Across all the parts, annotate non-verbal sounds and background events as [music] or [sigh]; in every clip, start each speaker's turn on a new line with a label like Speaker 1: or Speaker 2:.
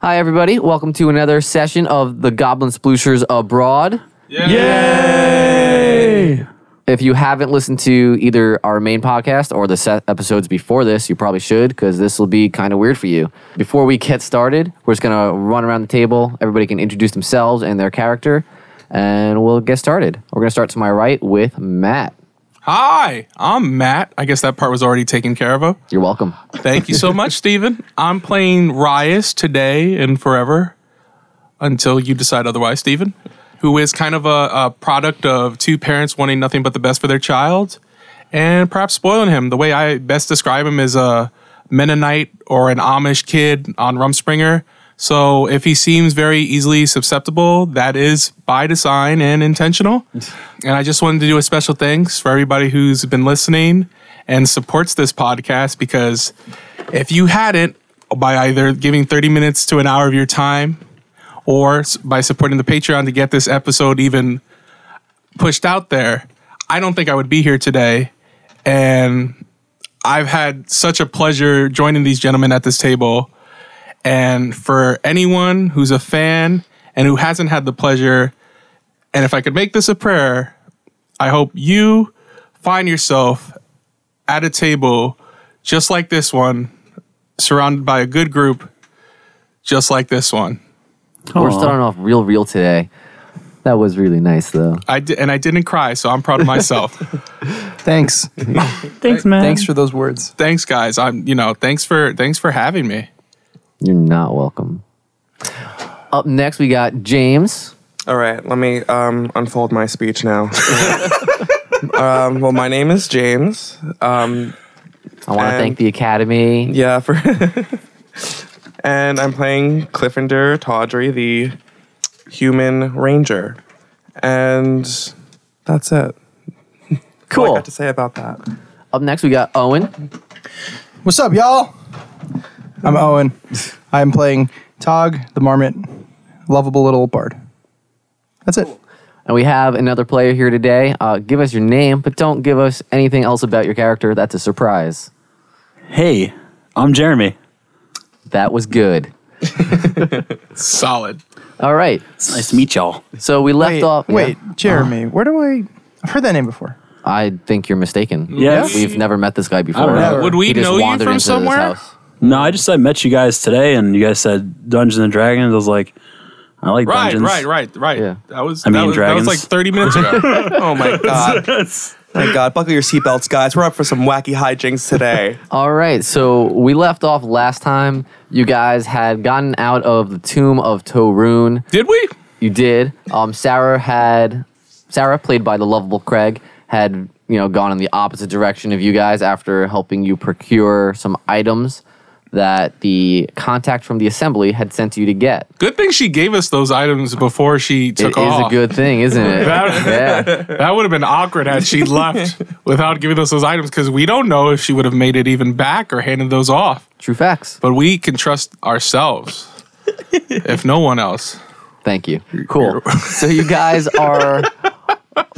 Speaker 1: Hi, everybody. Welcome to another session of the Goblin Splooshers Abroad.
Speaker 2: Yay!
Speaker 1: If you haven't listened to either our main podcast or the set episodes before this, you probably should because this will be kind of weird for you. Before we get started, we're just going to run around the table. Everybody can introduce themselves and their character, and we'll get started. We're going to start to my right with Matt.
Speaker 2: Hi, I'm Matt. I guess that part was already taken care of.
Speaker 1: You're welcome.
Speaker 2: Thank you so much, Steven. I'm playing Rias today and forever until you decide otherwise, Steven, who is kind of a, a product of two parents wanting nothing but the best for their child and perhaps spoiling him. The way I best describe him is a Mennonite or an Amish kid on Rumspringer. So if he seems very easily susceptible, that is by design and intentional. And I just wanted to do a special thanks for everybody who's been listening and supports this podcast because if you hadn't, by either giving 30 minutes to an hour of your time or s- by supporting the Patreon to get this episode even pushed out there, I don't think I would be here today. And I've had such a pleasure joining these gentlemen at this table. And for anyone who's a fan and who hasn't had the pleasure, and if I could make this a prayer, I hope you find yourself at a table just like this one, surrounded by a good group just like this one.
Speaker 1: We're starting off real, real today. That was really nice, though.
Speaker 2: I di- and I didn't cry, so I'm proud of myself.
Speaker 1: [laughs]
Speaker 3: Thanks.
Speaker 4: Thanks, man.
Speaker 3: Thanks for those words.
Speaker 2: thanks, guys. I'm you know thanks for thanks for having me.
Speaker 1: You're not welcome. Up next, we got James.
Speaker 5: All right, let me um, unfold my speech now. [laughs] um, well, my name is James. Um,
Speaker 1: I want to
Speaker 5: Um,
Speaker 1: thank the Academy.
Speaker 5: yeah, for [laughs] and I'm playing Cliffender Tawdry, the human ranger, and that's it. All I
Speaker 1: Cool.
Speaker 5: got to say about that.
Speaker 1: Up next, we got Owen.
Speaker 3: What's up, y'all? I'm Owen. I'm playing Tog the Marmot, lovable little bard. That's it.
Speaker 1: And we have another player here today. Uh, give us your name, but don't give us anything else about your character. That's a surprise.
Speaker 4: Hey, I'm Jeremy.
Speaker 1: That was good.
Speaker 2: Solid.
Speaker 1: All right.
Speaker 4: It's nice to meet y'all.
Speaker 1: So we left
Speaker 3: Wait,
Speaker 1: off.
Speaker 3: wait,
Speaker 1: Yeah.
Speaker 3: Jeremy, where do I? I've heard that name before.
Speaker 1: I think you're mistaken.
Speaker 4: Yeah.
Speaker 1: We've never met this guy before.
Speaker 4: don't know.
Speaker 2: Would
Speaker 1: He
Speaker 2: we
Speaker 1: just
Speaker 2: know you
Speaker 1: wandered
Speaker 2: from
Speaker 1: into this
Speaker 2: somewhere?
Speaker 1: house.
Speaker 4: No, I just I met you guys today, and you guys said Dungeons and Dragons. I was like, I like
Speaker 2: Right,
Speaker 4: Dungeons.
Speaker 2: right, right, right.
Speaker 1: Yeah.
Speaker 2: That was
Speaker 4: I mean,
Speaker 2: that was, that was
Speaker 4: dragons.
Speaker 2: like 30
Speaker 1: [laughs]
Speaker 2: minutes ago.
Speaker 5: Oh [laughs] my god! my god! Buckle your seatbelts, guys. We're up for some wacky hijinks today.
Speaker 1: All right, so we left off last time. You guys had gotten out of the tomb of Torun.
Speaker 2: Did we?
Speaker 1: You did. Um, Sarah had Sarah, played by the lovable Craig, had you know gone in the opposite direction of you guys after helping you procure some items that the contact from the assembly had sent you to get.
Speaker 2: Good thing she gave us those items before she
Speaker 1: It
Speaker 2: took
Speaker 1: is
Speaker 2: off.
Speaker 1: a good thing, isn't it? yeah.
Speaker 2: that would have been awkward had
Speaker 1: [laughs]
Speaker 2: she left without giving us those items because we don't know if she would have made it even back or handed those off.
Speaker 1: True facts.
Speaker 2: But we can trust ourselves, if no one else.
Speaker 1: Thank you. Cool.
Speaker 2: [laughs]
Speaker 1: So you guys are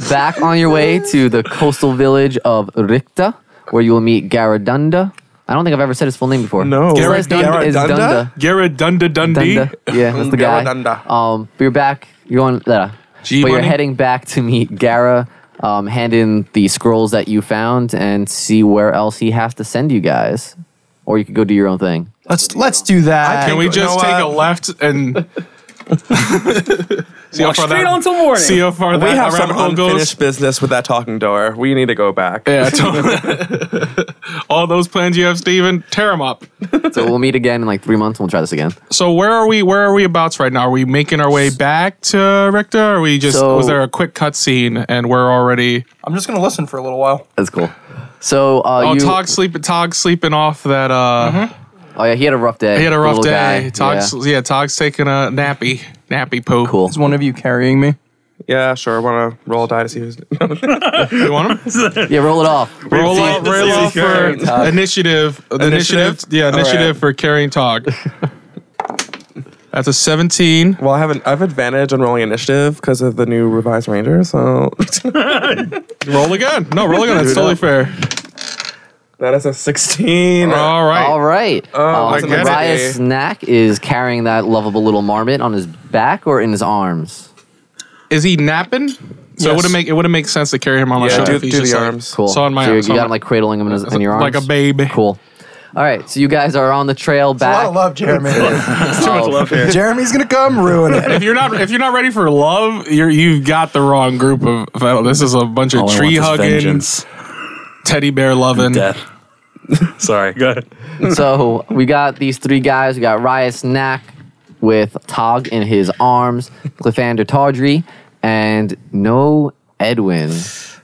Speaker 1: back on your way to the coastal village of Ricta, where you will meet Garadunda. I don't think I've ever said his full name before.
Speaker 5: No.
Speaker 1: his last name is
Speaker 5: Garadunda?
Speaker 1: Dunda.
Speaker 2: Garrett Dunda Dundee.
Speaker 1: Dunda. [laughs] Yeah, that's the guy.
Speaker 5: Gara Dunda.
Speaker 1: Um, but you're back. You're on. Uh, but
Speaker 2: G
Speaker 1: you're
Speaker 2: Money?
Speaker 1: heading back to meet Gara. Um, hand in the scrolls that you found and see where else he has to send you guys, or you could go do your own thing.
Speaker 3: Let's let's do that.
Speaker 2: Can we
Speaker 5: You
Speaker 2: just
Speaker 5: know
Speaker 2: take
Speaker 5: what?
Speaker 2: a left
Speaker 5: [laughs]
Speaker 2: and see how far
Speaker 4: Straight
Speaker 2: that
Speaker 4: on till morning.
Speaker 2: see how far
Speaker 5: [laughs] We
Speaker 2: that
Speaker 5: have some
Speaker 2: rabbit hole goes?
Speaker 5: unfinished business with that talking door. We need to go back.
Speaker 2: Yeah, totally. all [laughs] those plans you have, Steven, tear them up.
Speaker 1: So we'll meet again in like three months. and We'll try this again.
Speaker 2: So where are we? Where are we abouts right now? Are we making our way back to Richter? Or are we just
Speaker 1: So-
Speaker 2: was there a quick cutscene and we're already?
Speaker 3: I'm just gonna listen for a little while.
Speaker 1: That's cool. So uh,
Speaker 2: Oh,
Speaker 1: you,
Speaker 2: Tog sleeping, Tog sleeping off that. uh
Speaker 5: Mm-hmm.
Speaker 1: oh yeah, he had a rough day.
Speaker 2: He had a
Speaker 1: the
Speaker 2: rough
Speaker 1: little
Speaker 2: day.
Speaker 1: guy.
Speaker 2: Tog's yeah. Tog's taking a nappy, nappy poo. [laughs]
Speaker 1: Cool.
Speaker 3: Is one of you carrying me?
Speaker 5: Yeah, sure. I want to roll a die to see who's.
Speaker 2: You want him?
Speaker 1: Yeah, roll it off.
Speaker 2: roll off, roll off for initiative. The initiative?
Speaker 5: Initiative?
Speaker 2: Yeah,
Speaker 5: All
Speaker 2: initiative
Speaker 5: right.
Speaker 2: for carrying Tog. That's a seventeen.
Speaker 5: Well, I have an I have advantage on rolling initiative because of the new revised ranger. So [laughs]
Speaker 2: Roll again. No, roll again. That's totally fair.
Speaker 5: That is a 16.
Speaker 2: All right.
Speaker 1: All right. Oh,
Speaker 5: I
Speaker 1: so
Speaker 2: get it.
Speaker 1: Mariah Snack is carrying that lovable little marmot on his back or in his arms.
Speaker 2: Is he napping? So it
Speaker 3: Yes.
Speaker 2: would make it would make sense to carry him on my
Speaker 5: yeah,
Speaker 2: shoulder.
Speaker 5: do,
Speaker 2: if he's
Speaker 5: do
Speaker 2: just
Speaker 5: the
Speaker 2: like-
Speaker 5: arms.
Speaker 1: Cool.
Speaker 2: So on my-
Speaker 1: so you, you
Speaker 2: so
Speaker 1: got
Speaker 2: on-
Speaker 1: him like cradling him in, his, in your arms,
Speaker 2: Like a baby.
Speaker 1: Cool. All right, so you guys are on the trail
Speaker 3: A
Speaker 1: back.
Speaker 3: lot of love, Jeremy.
Speaker 4: Too much love here.
Speaker 3: Jeremy's gonna come ruin
Speaker 2: [laughs]
Speaker 3: it.
Speaker 2: If you're not if you're not ready for love, you're you've got the wrong group of. well, This is a bunch of
Speaker 4: All I
Speaker 2: tree
Speaker 4: want is
Speaker 2: hugging,
Speaker 4: vengeance,
Speaker 2: teddy bear loving.
Speaker 4: death. [laughs] Sorry, go ahead.
Speaker 1: [laughs] so we got these three guys. We got Raya Snack with Tog in his arms, Cliffander Tawdry, and no
Speaker 3: [laughs]
Speaker 1: Edwin.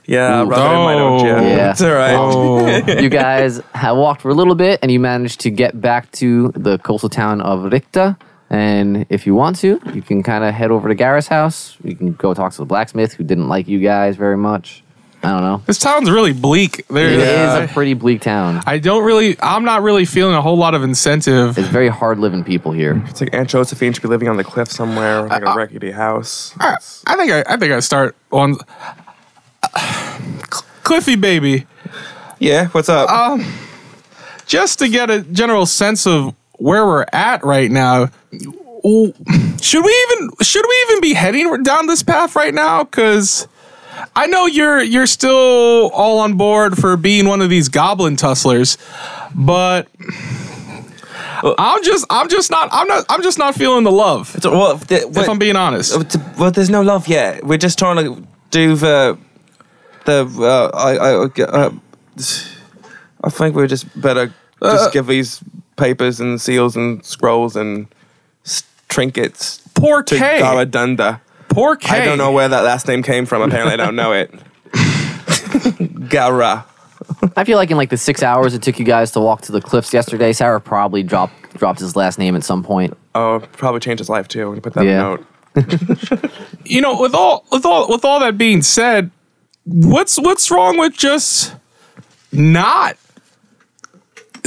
Speaker 5: Yeah,
Speaker 1: Ooh.
Speaker 5: rub it in my nose, Jim.
Speaker 1: Yeah.
Speaker 5: It's all right.
Speaker 2: Oh,
Speaker 1: You guys have walked for a little bit, and you managed to get back to the coastal town of Ricta. And if you want to, you can kind of head over to Garrus' house. You can go talk to the blacksmith who didn't like you guys very much. I don't know.
Speaker 2: this town's really bleak. There
Speaker 1: It is
Speaker 2: I
Speaker 1: a pretty bleak town.
Speaker 2: I don't really. I'm not really feeling a whole lot of incentive.
Speaker 1: It's very hard living people here.
Speaker 5: It's like Aunt Josephine should be living on the cliff somewhere, like a rickety house.
Speaker 2: I, I think I, I think I start on uh, Cliffy baby.
Speaker 5: Yeah, what's up?
Speaker 2: just to get a general sense of where we're at right now w- should we even should we even be heading down this path right now cuz I know you're you're still all on board for being one of these goblin tusslers but I'm just I'm just not I'm not I'm just not feeling the love
Speaker 5: So, well, if the-
Speaker 2: if I'm being honest
Speaker 5: Uh, t- well, there's no love yet. We're just trying to do the the. Uh, I I uh, I think we're just better just give these papers and seals and scrolls and s- trinkets
Speaker 2: poor
Speaker 5: to
Speaker 2: K
Speaker 5: Garadunda.
Speaker 2: poor K
Speaker 5: I don't know where that last name came from. Apparently, I don't know it. Gara.
Speaker 1: I feel like in like the six hours it took you guys to walk to the cliffs yesterday, Sarah probably dropped dropped his last name at some point.
Speaker 5: Oh, probably changed his life too. I'm gonna put that in
Speaker 1: Yeah.
Speaker 5: a note.
Speaker 2: you know, with all with all with all that being said, what's what's wrong with just not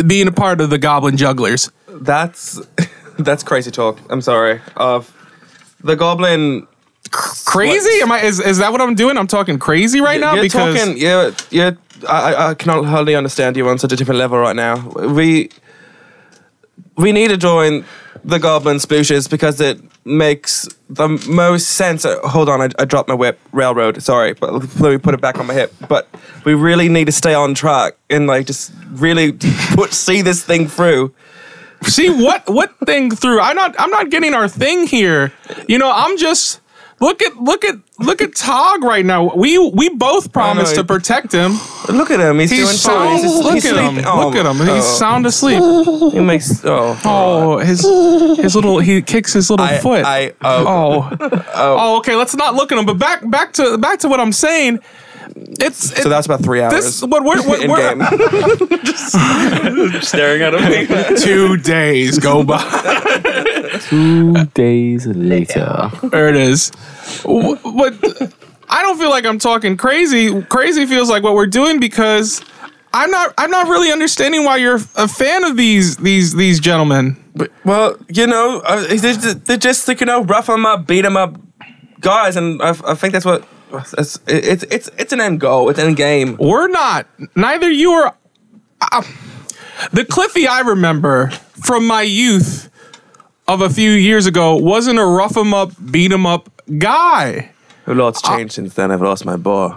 Speaker 2: being a part of the Goblin Jugglers?
Speaker 5: That's [laughs] that's crazy talk. I'm sorry. Of the goblin
Speaker 2: Crazy? Am I? Is, is that what I'm doing? I'm talking crazy right now
Speaker 5: you're
Speaker 2: because
Speaker 5: talking. You're, you're, I, I- I cannot hardly understand you on such a different level right now. We we need to join the goblin splooshes because it makes the most sense. Uh, Hold on, I, I dropped my whip. Railroad. Sorry, but let me put it back on my hip. But we really need to stay on track and like just really put [laughs] see this thing through.
Speaker 2: [laughs] see what what thing through. I'm not I'm not getting our thing here. You know, I'm just look at look at look at Tog right now. We we both promised to protect him.
Speaker 5: Look at him. He's,
Speaker 2: He's
Speaker 5: doing fine.
Speaker 2: sound.
Speaker 5: He's, just-
Speaker 2: look
Speaker 5: he's
Speaker 2: at him.
Speaker 5: sleeping. Oh,
Speaker 2: Look at him. He's
Speaker 5: oh.
Speaker 2: sound asleep.
Speaker 5: He makes. Oh.
Speaker 2: Oh, his his little he kicks his little
Speaker 5: I-
Speaker 2: foot.
Speaker 5: I- oh.
Speaker 2: oh. Oh, okay. Let's not look at him. But back back to back to what I'm saying. It's it,
Speaker 5: So that's about three hours.
Speaker 2: this what we're what
Speaker 5: [laughs] in
Speaker 2: we're
Speaker 5: game.
Speaker 4: Staring at
Speaker 2: [laughs]
Speaker 4: him.
Speaker 2: two days go by.
Speaker 1: Two days later.
Speaker 2: there it is. W- But I don't feel like I'm talking crazy. Crazy feels like what we're doing because I'm not I'm not really understanding why you're a fan of these these these gentlemen.
Speaker 5: Well, you know, uh, they're just, they're just like, you know, rough 'em up, beat 'em up guys, and I, I think that's what it's, it's it's it's an end goal, it's an end game.
Speaker 2: We're not. Neither you or uh, the Cliffy I remember from my youth of a few years ago wasn't a rough 'em up, beat 'em up guy.
Speaker 5: A lot's
Speaker 2: Ah.
Speaker 5: changed since then. I've lost my boy.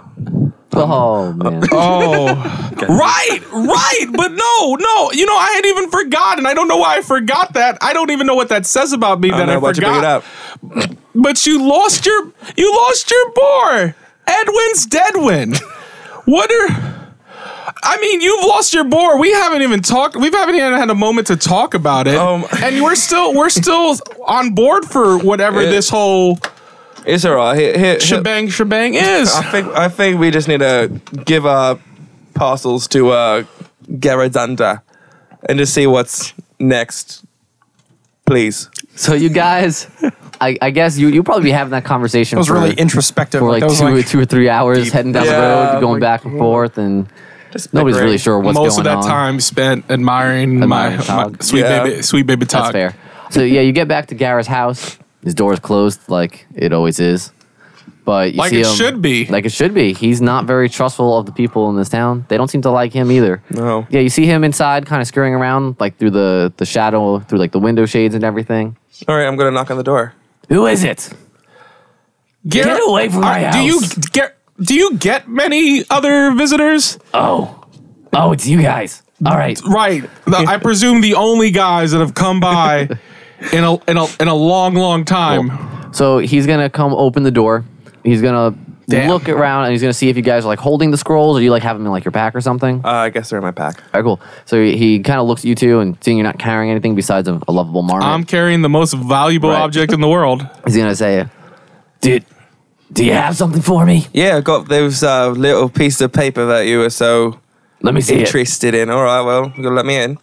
Speaker 1: Oh man.
Speaker 2: Oh, right, right. But no, no. You know, I had even forgotten. I don't know why I forgot that. I don't even know what that says about me
Speaker 5: I
Speaker 2: that
Speaker 5: don't know
Speaker 2: I
Speaker 5: why you bring
Speaker 2: forgot.
Speaker 5: it up.
Speaker 2: But you lost your you lost your boar. Edwin's Deadwin. What are I mean, you've lost your boar. We haven't even talked. We haven't even had a moment to talk about it,
Speaker 5: Um,
Speaker 2: and we're still we're still on board for whatever
Speaker 5: Yeah.
Speaker 2: this whole
Speaker 5: It's alright. Here, here, here-
Speaker 2: shebang shebang is.
Speaker 5: I think I think we just need to give our parcels to uh, Garadunda and just see what's next, please.
Speaker 1: So you guys, I, I guess you you probably be having that conversation.
Speaker 3: That was
Speaker 1: for,
Speaker 3: really introspective.
Speaker 1: for like
Speaker 3: that was
Speaker 1: two or two or three hours heading down the
Speaker 5: Yeah,
Speaker 1: road, going
Speaker 5: like-
Speaker 1: back and forth, and nobody's really
Speaker 5: bickering.
Speaker 1: sure what's
Speaker 2: Most of
Speaker 1: going
Speaker 2: that
Speaker 1: on.
Speaker 2: time spent admiring, my,
Speaker 1: Admiring
Speaker 2: my
Speaker 1: Tog.
Speaker 2: sweet
Speaker 5: Yeah.
Speaker 2: baby sweet baby
Speaker 1: That's
Speaker 2: talk.
Speaker 1: fair. So yeah, you get back to Gara's house. His door is closed, like it always is. But you
Speaker 2: Like
Speaker 1: see
Speaker 2: it
Speaker 1: him-
Speaker 2: should be.
Speaker 1: Like it should be. He's not very trustful of the people in this town. They don't seem to like him either.
Speaker 5: No.
Speaker 1: Yeah, you see him inside, kind of scurrying around, like through the the shadow, through like the window shades and everything.
Speaker 5: All right, I'm gonna knock on the door.
Speaker 1: Who is it?
Speaker 2: Get,
Speaker 1: away from my
Speaker 2: Do you
Speaker 1: house.
Speaker 2: get? Do you get many other visitors?
Speaker 1: Oh, oh, it's you guys. All right.
Speaker 2: Right. The- I presume the only guys that have come [laughs] by in a in a in a long, long time.
Speaker 1: So he's gonna come open the door. He's gonna
Speaker 2: Damn.
Speaker 1: look around and he's gonna see if you guys are like holding the scrolls or you like have them in like your pack or something.
Speaker 5: Uh, I guess they're in my pack.
Speaker 1: All right, cool. So he, he kind of looks at you two and seeing you're not carrying anything besides a, a lovable marmot.
Speaker 2: I'm carrying the most valuable
Speaker 1: Right.
Speaker 2: object in the world.
Speaker 1: he's gonna say, "Dude, do you have something for me?
Speaker 5: Yeah, I got those uh, little pieces of paper that you were so
Speaker 1: Let me see it."
Speaker 5: interested in. All right, well, you're gonna let me in.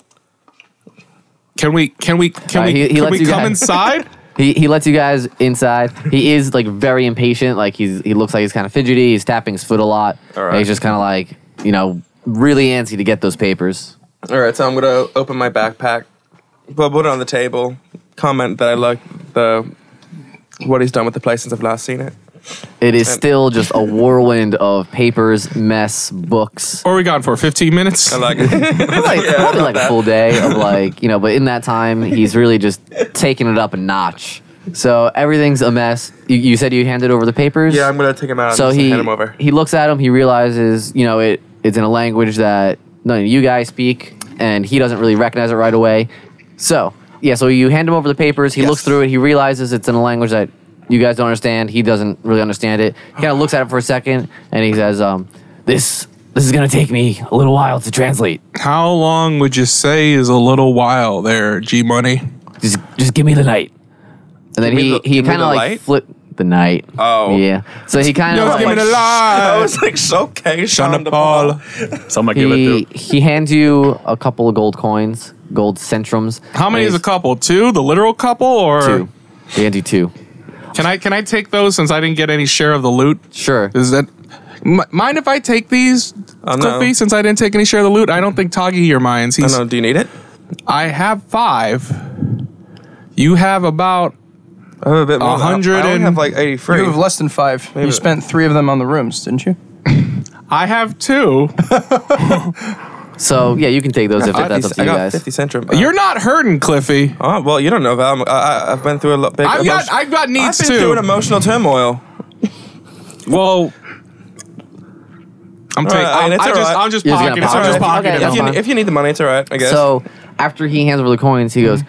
Speaker 2: Can we? Can we? Can
Speaker 1: Uh,
Speaker 2: we?
Speaker 1: he- he
Speaker 2: can
Speaker 1: lets
Speaker 2: we
Speaker 1: you
Speaker 2: come
Speaker 1: guys-
Speaker 2: [laughs] inside?
Speaker 1: He, he lets you guys inside. He is like very impatient. Like he's he looks like he's kind of fidgety. He's tapping his foot a lot.
Speaker 5: All right.
Speaker 1: And he's just kind of like you know really antsy to get those papers.
Speaker 5: All right, so I'm gonna open my backpack, but put it on the table. Comment that I like the what he's done with the place since I've last seen it.
Speaker 1: It is still just a whirlwind of papers, mess, books.
Speaker 2: What are we gone for? 15 minutes?
Speaker 5: I like it. [laughs]
Speaker 1: Probably, probably like a full day of like you know. But in that time, he's really just taking it up a notch. So everything's a mess. You, you said you handed over the papers.
Speaker 5: yeah, I'm gonna take him out.
Speaker 1: so
Speaker 5: and just
Speaker 1: he
Speaker 5: hand him over. [laughs]
Speaker 1: he looks at him. He realizes, you know, it it's in a language that none of you guys speak, and he doesn't really recognize it right away. So yeah, so you hand him over the papers. He looks through it. He realizes it's in a language that you guys don't understand. He doesn't really understand it. He kind of looks at it for a second, and he says, um, "This this is gonna take me a little while to translate.
Speaker 2: How long would you say is a little while there, G Money?
Speaker 1: Just just give me the night." And then
Speaker 5: Give me
Speaker 1: he
Speaker 5: the-
Speaker 1: he
Speaker 5: give me
Speaker 1: kind
Speaker 5: the
Speaker 1: of like
Speaker 5: light?
Speaker 1: flip the night.
Speaker 5: Oh.
Speaker 1: yeah. So he kind of
Speaker 2: Just give me
Speaker 1: like,
Speaker 2: the
Speaker 5: I
Speaker 2: lie.
Speaker 5: was like, okay,
Speaker 2: Shonda
Speaker 5: Sean
Speaker 2: Paul.
Speaker 4: So I'm gonna give it
Speaker 1: he
Speaker 4: to.
Speaker 1: he hands you a couple of gold coins, gold centrums.
Speaker 2: How many
Speaker 1: And
Speaker 2: is a
Speaker 1: he's-
Speaker 2: couple? Two? The literal couple or
Speaker 1: Two. He hands you two.
Speaker 2: Can I can I take those since I didn't get any share of the loot?
Speaker 1: Sure.
Speaker 2: Is that M- mind if I take these,
Speaker 5: Oh, no.
Speaker 2: Cliffy? Since I didn't take any share of the loot, I don't think Tagi here minds.
Speaker 5: I
Speaker 2: He's,
Speaker 5: don't know. Do you need it?
Speaker 2: I have five. You have about
Speaker 5: I have a bit more. than that.
Speaker 2: 100
Speaker 5: I only
Speaker 2: and-
Speaker 5: have like
Speaker 3: You
Speaker 5: 83.
Speaker 3: have less than five. You spent three of them on the rooms, didn't you?
Speaker 2: I have two.
Speaker 1: So yeah, you can take those if
Speaker 5: I got
Speaker 1: that's up
Speaker 5: 50
Speaker 1: to you
Speaker 5: I got
Speaker 1: guys.
Speaker 5: 50 centrum.
Speaker 2: You're not hurting, Cliffy.
Speaker 5: Oh well, you don't know that. I'm, I, I- I've been through a lot. Big
Speaker 2: I've got
Speaker 5: emotion-
Speaker 2: I've got
Speaker 5: I've
Speaker 2: needs
Speaker 5: been
Speaker 2: too.
Speaker 5: through an emotional turmoil.
Speaker 2: Well, I'm taking.
Speaker 5: right, I
Speaker 2: I'm,
Speaker 5: mean, it's
Speaker 2: I
Speaker 5: all
Speaker 2: just,
Speaker 5: right.
Speaker 2: I'm just
Speaker 1: You're just
Speaker 2: pocketing.
Speaker 1: gonna
Speaker 2: I'm just
Speaker 1: pocket it. Okay,
Speaker 2: pocketing.
Speaker 5: If you,
Speaker 1: fine.
Speaker 5: if you need the money, it's all right. I guess.
Speaker 1: So after he hands over the coins, he goes,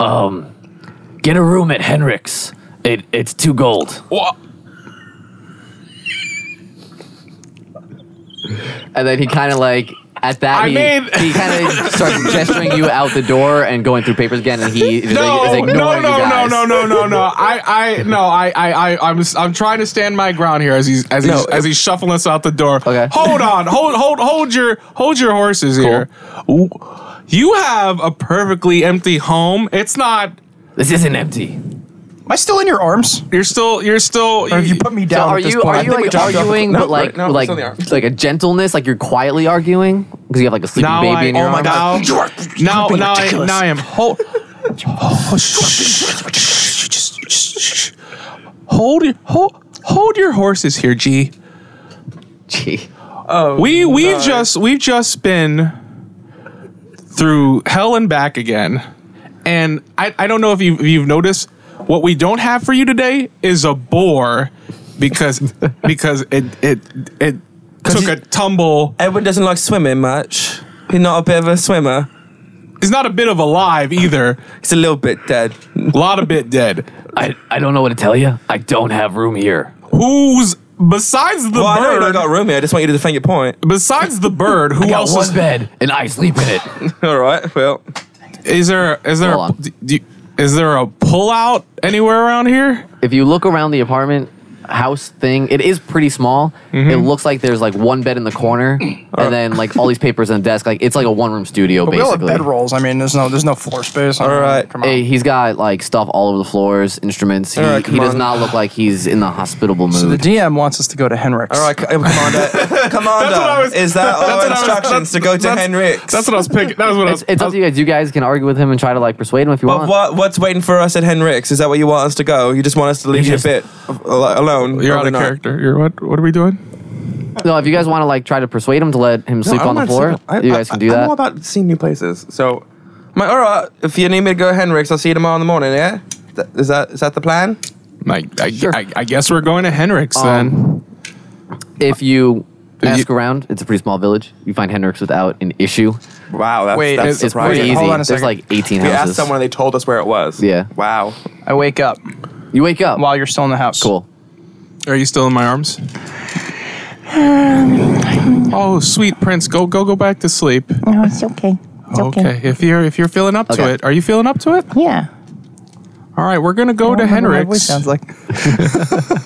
Speaker 1: um, get a room at Henrik's. It it's two gold.
Speaker 2: Wha-
Speaker 1: And then he kind of like. At that,
Speaker 2: I
Speaker 1: he,
Speaker 2: mean-
Speaker 1: he kind
Speaker 2: [laughs]
Speaker 1: of starts gesturing you out the door and going through papers again, and he just is
Speaker 2: No,
Speaker 1: ignoring
Speaker 2: no, no,
Speaker 1: you guys.
Speaker 2: no, no, no, no, no. I, I, no, I, I, I, I'm, I'm trying to stand my ground here as he's, as he's,
Speaker 5: No,
Speaker 2: as he's shuffling us out the door.
Speaker 1: Okay.
Speaker 2: Hold on, hold, hold, hold your, hold your horses here. Ooh, You have a perfectly empty home. It's not.
Speaker 1: This isn't empty.
Speaker 3: Am I still in your arms?
Speaker 2: You're still, you're still.
Speaker 3: Or have you put me
Speaker 1: So
Speaker 3: down
Speaker 1: are
Speaker 3: at this
Speaker 1: you
Speaker 3: point?
Speaker 1: are you
Speaker 5: we
Speaker 1: like
Speaker 5: dropped off-
Speaker 1: arguing,
Speaker 5: No,
Speaker 1: but like
Speaker 5: right, no,
Speaker 1: like
Speaker 5: it's on the arm.
Speaker 1: like a gentleness, like you're quietly arguing because you have like a sleeping
Speaker 2: now
Speaker 1: baby
Speaker 2: I,
Speaker 1: in your
Speaker 2: oh my
Speaker 1: arms? [laughs]
Speaker 2: god.
Speaker 4: You are- you
Speaker 2: now,
Speaker 4: are being
Speaker 2: now, I,
Speaker 4: ridiculous.
Speaker 2: now I am. Hold. oh, Hold your hold, hold your horses here, G.
Speaker 1: Gee.
Speaker 2: We we've just we've just been through hell and back again, and I, I don't know if you've, you've noticed what we don't have for you today is a boar because [laughs] because it it it took
Speaker 5: you-
Speaker 2: a tumble.
Speaker 5: Edward doesn't like swimming much. He's not a bit of a swimmer.
Speaker 2: It's not a bit of alive either.
Speaker 5: He's a little bit dead.
Speaker 2: A lot of bit dead.
Speaker 1: I, I don't know what to tell you. I don't have room here.
Speaker 2: Who's besides the
Speaker 5: Well, I know you don't
Speaker 2: bird?
Speaker 5: got a room here. I just want you to defend your point.
Speaker 2: besides the bird, who
Speaker 1: I got
Speaker 2: else
Speaker 1: one
Speaker 2: is,
Speaker 1: bed and I sleep in it.
Speaker 5: [laughs] All right. Well,
Speaker 2: is there? Is there?
Speaker 1: Hold
Speaker 2: A,
Speaker 1: on.
Speaker 2: do, do, is there a pullout anywhere around here?
Speaker 1: [laughs] if you look around the apartment house thing, it is pretty small. It looks like there's like one bed in the [clears throat] corner and then like all these papers on the desk. Like it's like a one room studio
Speaker 3: But we all have
Speaker 1: basically.
Speaker 3: bed rolls. I mean, there's no there's no floor space. All
Speaker 5: right.
Speaker 3: come on.
Speaker 1: Hey, he's got like stuff all over the floors, instruments. He,
Speaker 5: All right,
Speaker 1: he
Speaker 5: come
Speaker 1: does
Speaker 5: on.
Speaker 1: not look like he's in the hospitable mood.
Speaker 3: So the DM wants us to go to Henrik's.
Speaker 5: all right, c- [laughs] Commander. Commander,
Speaker 2: what I was-
Speaker 5: is that
Speaker 2: that's
Speaker 5: all
Speaker 2: what I was-
Speaker 5: instructions to go to
Speaker 2: that's-
Speaker 5: Henrik's?
Speaker 2: That's what I was picking. That was what I
Speaker 1: it's,
Speaker 2: was.
Speaker 1: it's up to you guys. You guys can argue with him and try to like persuade him if you
Speaker 5: but
Speaker 1: want.
Speaker 5: what, what's waiting for us at Henrik's? Is that where you want us to go? You just want us to leave you a
Speaker 1: just-
Speaker 5: bit al- alone? alone.
Speaker 2: You're out
Speaker 5: probably
Speaker 2: of
Speaker 5: not.
Speaker 2: character. You're what? What are we doing?
Speaker 1: No, if you guys want to like try to persuade him to let him sleep
Speaker 5: I'm
Speaker 1: on the
Speaker 5: not
Speaker 1: floor,
Speaker 5: seeing- I-
Speaker 1: you
Speaker 5: I-
Speaker 1: guys can do
Speaker 5: I'm
Speaker 1: that.
Speaker 5: all about seeing new places. So, I'm like, all right, if you need me to go to Henrik's, I'll see you tomorrow in the morning, yeah? Th- Is that is that the plan?
Speaker 2: Like, I,
Speaker 1: Sure.
Speaker 2: I, I guess we're going to Henrik's
Speaker 1: Um,
Speaker 2: then.
Speaker 1: if you
Speaker 2: You-
Speaker 1: ask around, it's a pretty small village. You find Hendrix without an issue.
Speaker 5: Wow, that's,
Speaker 3: Wait, it's-
Speaker 5: that's
Speaker 1: It's pretty
Speaker 5: surprising.
Speaker 1: easy.
Speaker 3: hold on a
Speaker 1: There's
Speaker 3: second.
Speaker 1: like 18
Speaker 5: we
Speaker 1: houses.
Speaker 5: asked someone, they told us where it was.
Speaker 1: Yeah.
Speaker 5: Wow.
Speaker 3: I wake up
Speaker 1: you wake up.
Speaker 3: while you're still in the house.
Speaker 1: Cool.
Speaker 2: Are you still in my arms? oh, sweet prince, go go go back to sleep.
Speaker 6: No, it's okay. It's okay.
Speaker 2: Okay, if you're if you're feeling up to
Speaker 1: Okay.
Speaker 2: it, are you feeling up to it?
Speaker 6: Yeah.
Speaker 2: All right, we're gonna go to
Speaker 3: I wonder what my voice
Speaker 2: Henrik's.
Speaker 3: sounds like.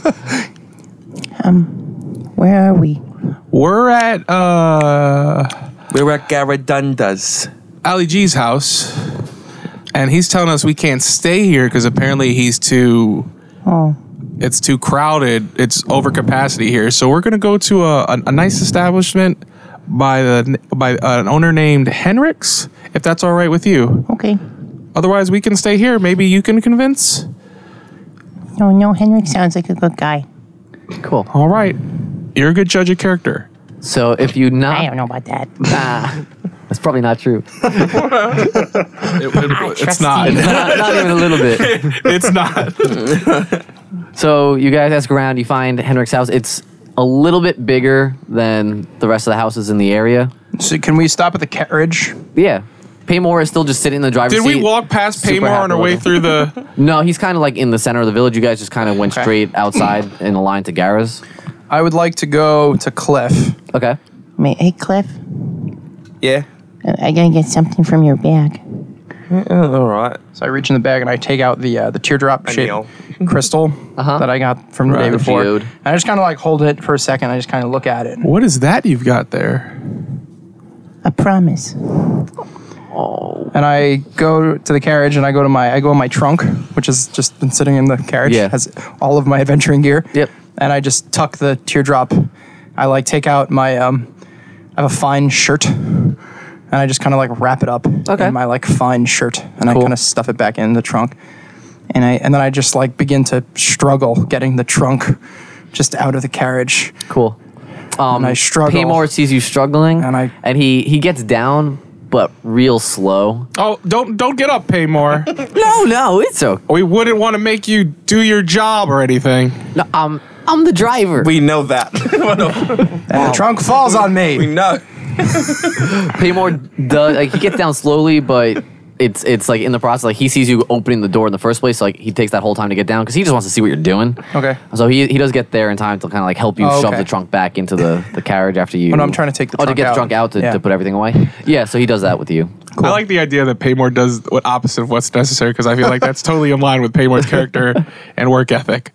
Speaker 6: Where are we?
Speaker 2: We're at uh
Speaker 5: We were at Garradundas.
Speaker 2: Ali G's house, and he's telling us we can't stay here because apparently he's too.
Speaker 6: Oh.
Speaker 2: It's too crowded. It's over capacity here, so we're gonna go to a, a, a nice establishment by the by an owner named Henricks, if that's all right with you.
Speaker 6: Okay.
Speaker 2: Otherwise, we can stay here. Maybe you can convince.
Speaker 6: No, no, Henrik sounds like a good guy.
Speaker 1: Cool.
Speaker 2: All right, you're a good judge of character.
Speaker 1: So if you
Speaker 6: I don't
Speaker 1: not,
Speaker 6: know about
Speaker 2: [laughs]
Speaker 6: that.
Speaker 1: [laughs] that's probably not true.
Speaker 2: it's
Speaker 6: trust
Speaker 2: not.
Speaker 6: you.
Speaker 2: [laughs]
Speaker 1: not, not even a little
Speaker 3: [laughs]
Speaker 1: bit.
Speaker 2: it's
Speaker 1: [laughs]
Speaker 2: not.
Speaker 1: So you guys ask around. You find Hendrix's house. It's a little bit bigger than the rest of the houses in the area.
Speaker 3: So can we stop at the carriage?
Speaker 1: Yeah. Paymore is still just sitting in the driver's
Speaker 2: Did
Speaker 1: seat.
Speaker 2: we walk past
Speaker 1: Super
Speaker 2: Paymore on
Speaker 1: happy
Speaker 2: our way
Speaker 1: with it. [laughs]
Speaker 2: through the?
Speaker 1: No, he's kind of like in the center of the village. You guys just kind of went straight
Speaker 3: [clears throat]
Speaker 1: outside in a line to Gara's.
Speaker 3: I would like to go to Cliff.
Speaker 1: Okay.
Speaker 6: Ma- Hey, Cliff,
Speaker 5: [laughs] Yeah.
Speaker 6: uh, I gotta get something from your bag.
Speaker 5: Oh, all right.
Speaker 3: So I reach in the bag and I take out the uh, the teardrop
Speaker 5: kneel.
Speaker 3: shaped crystal that I got from the day
Speaker 1: Uh-huh. Right.
Speaker 3: before.
Speaker 1: Geode.
Speaker 3: And I just kind of like hold it for a second. I just kind of look at it.
Speaker 2: What is that you've got there?
Speaker 6: A promise.
Speaker 3: And I go to the carriage and I go to my I go in my trunk, which has just been sitting in the carriage.
Speaker 1: Yeah.
Speaker 3: Has all of my adventuring gear.
Speaker 1: Yep.
Speaker 3: And I just tuck the teardrop. I like take out my um I have a fine shirt. And I just kind of like wrap it up
Speaker 1: Okay.
Speaker 3: in my like fine shirt, and I
Speaker 1: Cool.
Speaker 3: kind of stuff it back in the trunk, and I and then I just like begin to struggle getting the trunk just out of the carriage.
Speaker 1: Cool. Um,
Speaker 3: And I struggle.
Speaker 1: Paymore sees you struggling,
Speaker 3: And I-
Speaker 1: and he he gets down, but real slow.
Speaker 2: Oh, don't don't get up, Paymore.
Speaker 1: No, no, it's okay.
Speaker 2: we wouldn't want to make you do your job or anything.
Speaker 1: No, um, I'm the driver.
Speaker 5: We know that. [laughs] What the-
Speaker 3: And the trunk falls on
Speaker 1: [laughs]
Speaker 3: me.
Speaker 5: we know.
Speaker 1: Paymore does like he gets down slowly, but it's it's like in the process. Like he sees you opening the door in the first place, so, like he takes that whole time to get down because he just wants to see what you're doing.
Speaker 3: Okay.
Speaker 1: So he he does get there in time to kind of like help you
Speaker 3: Oh,
Speaker 1: shove
Speaker 3: okay.
Speaker 1: the trunk back into the the carriage after you.
Speaker 3: Oh, no, I'm trying to take the
Speaker 1: oh to
Speaker 3: trunk
Speaker 1: get the
Speaker 3: out.
Speaker 1: trunk out to,
Speaker 3: Yeah.
Speaker 1: to put everything away. Yeah, so he does that with you.
Speaker 2: I like the idea that Paymore does what opposite of what's necessary because I feel like that's totally in line with Paymore's
Speaker 5: [laughs]
Speaker 2: character and work ethic.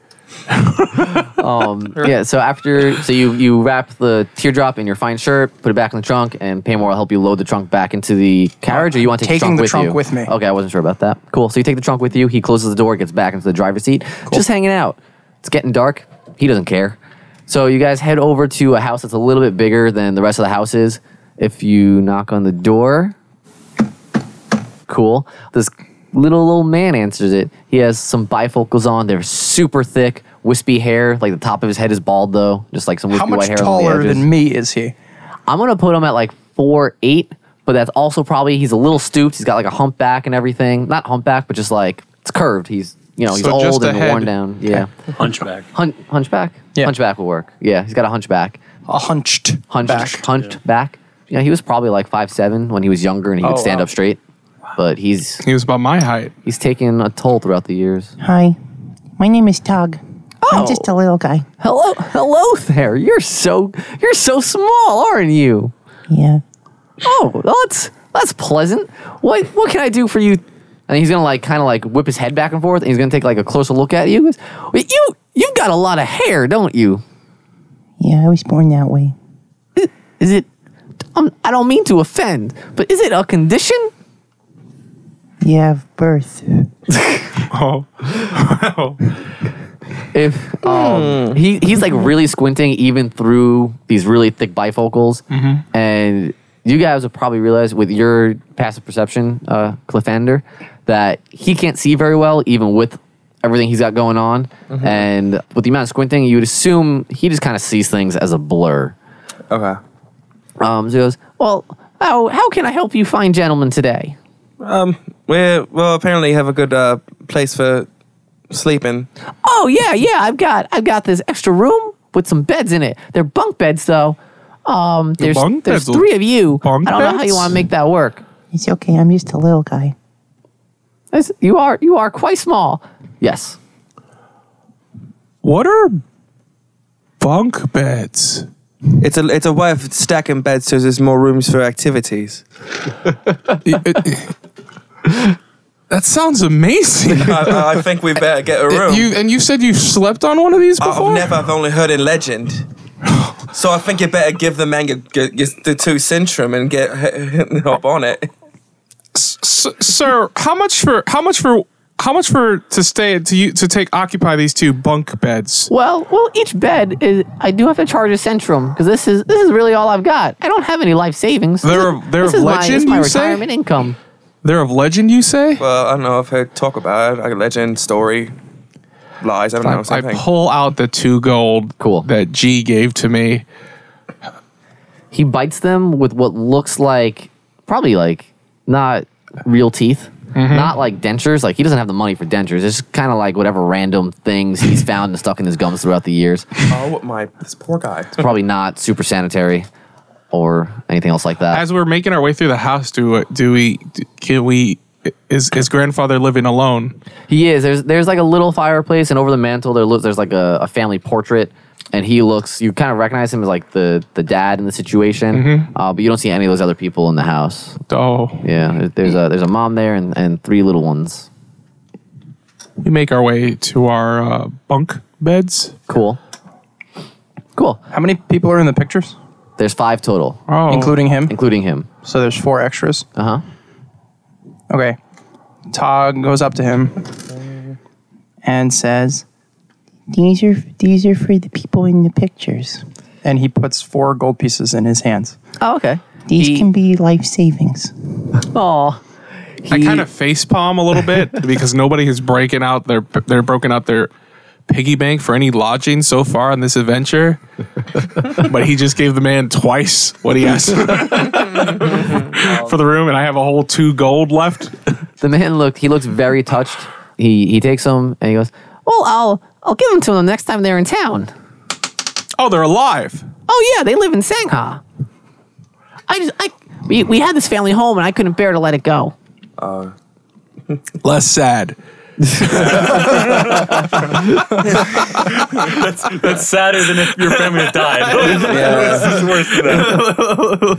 Speaker 3: [laughs]
Speaker 1: Um, yeah. So after, so you you wrap the teardrop in your fine shirt, put it back in the trunk, and Paymore will help you load the trunk back into the carriage. Or you want to take
Speaker 3: Taking
Speaker 1: the
Speaker 3: the
Speaker 1: trunk
Speaker 3: trunk
Speaker 1: you?
Speaker 3: with me.
Speaker 1: Okay, I wasn't sure about that. Cool. So you take the trunk with you. He closes the door, gets back into the driver's seat, just hanging out. It's getting dark. He doesn't care. So you guys head over to a house that's a little bit bigger than the rest of the houses. If you knock on the door, cool. This little old man answers it. He has some bifocals on. They're super thick, wispy hair. Like the top of his head is bald though, just like some wispy
Speaker 3: How much
Speaker 1: white hair on
Speaker 3: taller
Speaker 1: the edges.
Speaker 3: than me is he?
Speaker 1: I'm gonna put him at like four eight, but that's also probably he's a little stooped. He's got like a humpback and everything. Not humpback, but just like it's curved. He's you know he's
Speaker 2: So just
Speaker 1: old
Speaker 2: a
Speaker 1: and
Speaker 2: head.
Speaker 1: worn down. Yeah,
Speaker 4: Hunchback.
Speaker 1: Hun- hunchback.
Speaker 3: Yeah.
Speaker 1: hunchback will work. Yeah, he's got a hunchback.
Speaker 3: A hunched
Speaker 1: Hunched,
Speaker 3: back.
Speaker 1: hunched back. Yeah, he was probably like five seven when he was younger and he
Speaker 3: Oh,
Speaker 1: could stand
Speaker 3: wow.
Speaker 1: up straight. But he's
Speaker 2: He was about my height.
Speaker 1: he's taken a toll throughout the years.
Speaker 6: Hi, my name is Tog. I'm
Speaker 2: Oh.
Speaker 6: just a little guy.
Speaker 1: Hello, hello there. You're so you're so small, aren't you?
Speaker 6: Yeah.
Speaker 1: Oh, well, that's that's pleasant. What what can I do for you? And he's gonna like kind of like whip his head back and forth, and he's gonna take like a closer look at you. Well, You you've got a lot of hair, don't you?
Speaker 6: Yeah, I was born that way.
Speaker 1: Is it? I'm, I don't mean to offend, but is it a condition?
Speaker 6: Yeah, of birth.
Speaker 2: Oh,
Speaker 1: If um, he he's like really squinting even through these really thick bifocals, and you guys would probably realize with your passive perception, uh, Cliffander, that he can't see very well even with everything he's got going on. And with the amount of squinting, you would assume he just kind of sees things as a blur.
Speaker 5: Okay.
Speaker 1: Um, so he goes, Well, how, how can I help you fine gentlemen today?
Speaker 5: We well apparently have a good uh, place for sleeping.
Speaker 1: Oh yeah, yeah. I've got I've got this extra room with some beds in it. They're bunk beds though. Um, there's
Speaker 2: bunk
Speaker 1: there's
Speaker 2: beds will-
Speaker 1: three of you.
Speaker 2: bunk
Speaker 1: I don't know how
Speaker 2: beds?
Speaker 1: you want to make that work.
Speaker 6: It's okay. I'm used to little guy.
Speaker 1: That's- you are you are quite small. Yes.
Speaker 2: What are bunk beds?
Speaker 5: It's a it's a way of stacking beds so there's more rooms for activities.
Speaker 2: That sounds amazing.
Speaker 5: I, I think we better get a room.
Speaker 2: You and you said you slept on one of these before.
Speaker 5: I've never. I've only heard in [laughs] legend. So I think you better give the man your, your, your, the two centrum and get [laughs] hop on it.
Speaker 2: S- sir, how much for how much for how much for to stay to you to take occupy these two bunk beds?
Speaker 1: Well, well, each bed is. I do have to charge a centrum because this is this is really all I've got. I don't have any life savings. This
Speaker 2: They're-
Speaker 1: is-
Speaker 2: they're
Speaker 1: this is my, this is
Speaker 2: legend,
Speaker 1: my
Speaker 2: you say?
Speaker 1: retirement income.
Speaker 2: They're of legend, you say?
Speaker 5: Well, I don't know. I've heard talk about it. Like legend, story, lies. I don't know.
Speaker 2: I
Speaker 5: Something.
Speaker 2: pull out the two gold
Speaker 1: Cool.
Speaker 2: that G gave to me.
Speaker 1: He bites them with what looks like probably like not real teeth, not like dentures. Like he doesn't have the money for dentures. It's kind of like whatever random things he's found and stuck in his gums throughout the years.
Speaker 5: oh my! This poor [laughs] guy.
Speaker 1: Probably not super sanitary or anything else like that.
Speaker 2: As we're making our way through the house, do uh, do we can we is is grandfather living alone?
Speaker 1: He is. There's there's like a little fireplace, and over the mantle there looks there's like a, a family portrait, and he looks. You kind of recognize him as like the the dad in the situation, uh, but you don't see any of those other people in the house.
Speaker 2: Oh,
Speaker 1: Yeah, there- there's a there's a mom there and and three little ones.
Speaker 2: we make our way to our uh, bunk beds.
Speaker 1: Cool, cool.
Speaker 3: How many people are in the pictures,
Speaker 1: There's five total,
Speaker 2: Oh,
Speaker 3: including him?
Speaker 1: including him.
Speaker 3: So there's four extras.
Speaker 1: Uh huh.
Speaker 3: Okay. Tog goes up to him and says,
Speaker 6: These are these are for the people in the pictures.
Speaker 3: and he puts four gold pieces in his hands.
Speaker 1: Oh, okay.
Speaker 6: These
Speaker 1: He-
Speaker 6: can be life savings.
Speaker 1: Aw.
Speaker 2: I kind of face palm a little bit because nobody is breaking out their they're broken out their piggy bank for any lodging so far in this adventure. but he just gave the man twice what he asked [laughs] for the room, and I have a whole two gold left.
Speaker 1: The man looked. He looks very touched. He he takes them and he goes. Well, Oh, I'll I'll give them to them next time they're in town.
Speaker 2: Oh, they're alive.
Speaker 1: Oh yeah, they live in Sangha. I just I we, we had this family home and I couldn't bear to let it go.
Speaker 2: Less sad.
Speaker 4: [laughs] That's sadder than if your family
Speaker 2: [laughs]
Speaker 4: had died. [laughs]
Speaker 5: Yeah.
Speaker 4: It's worse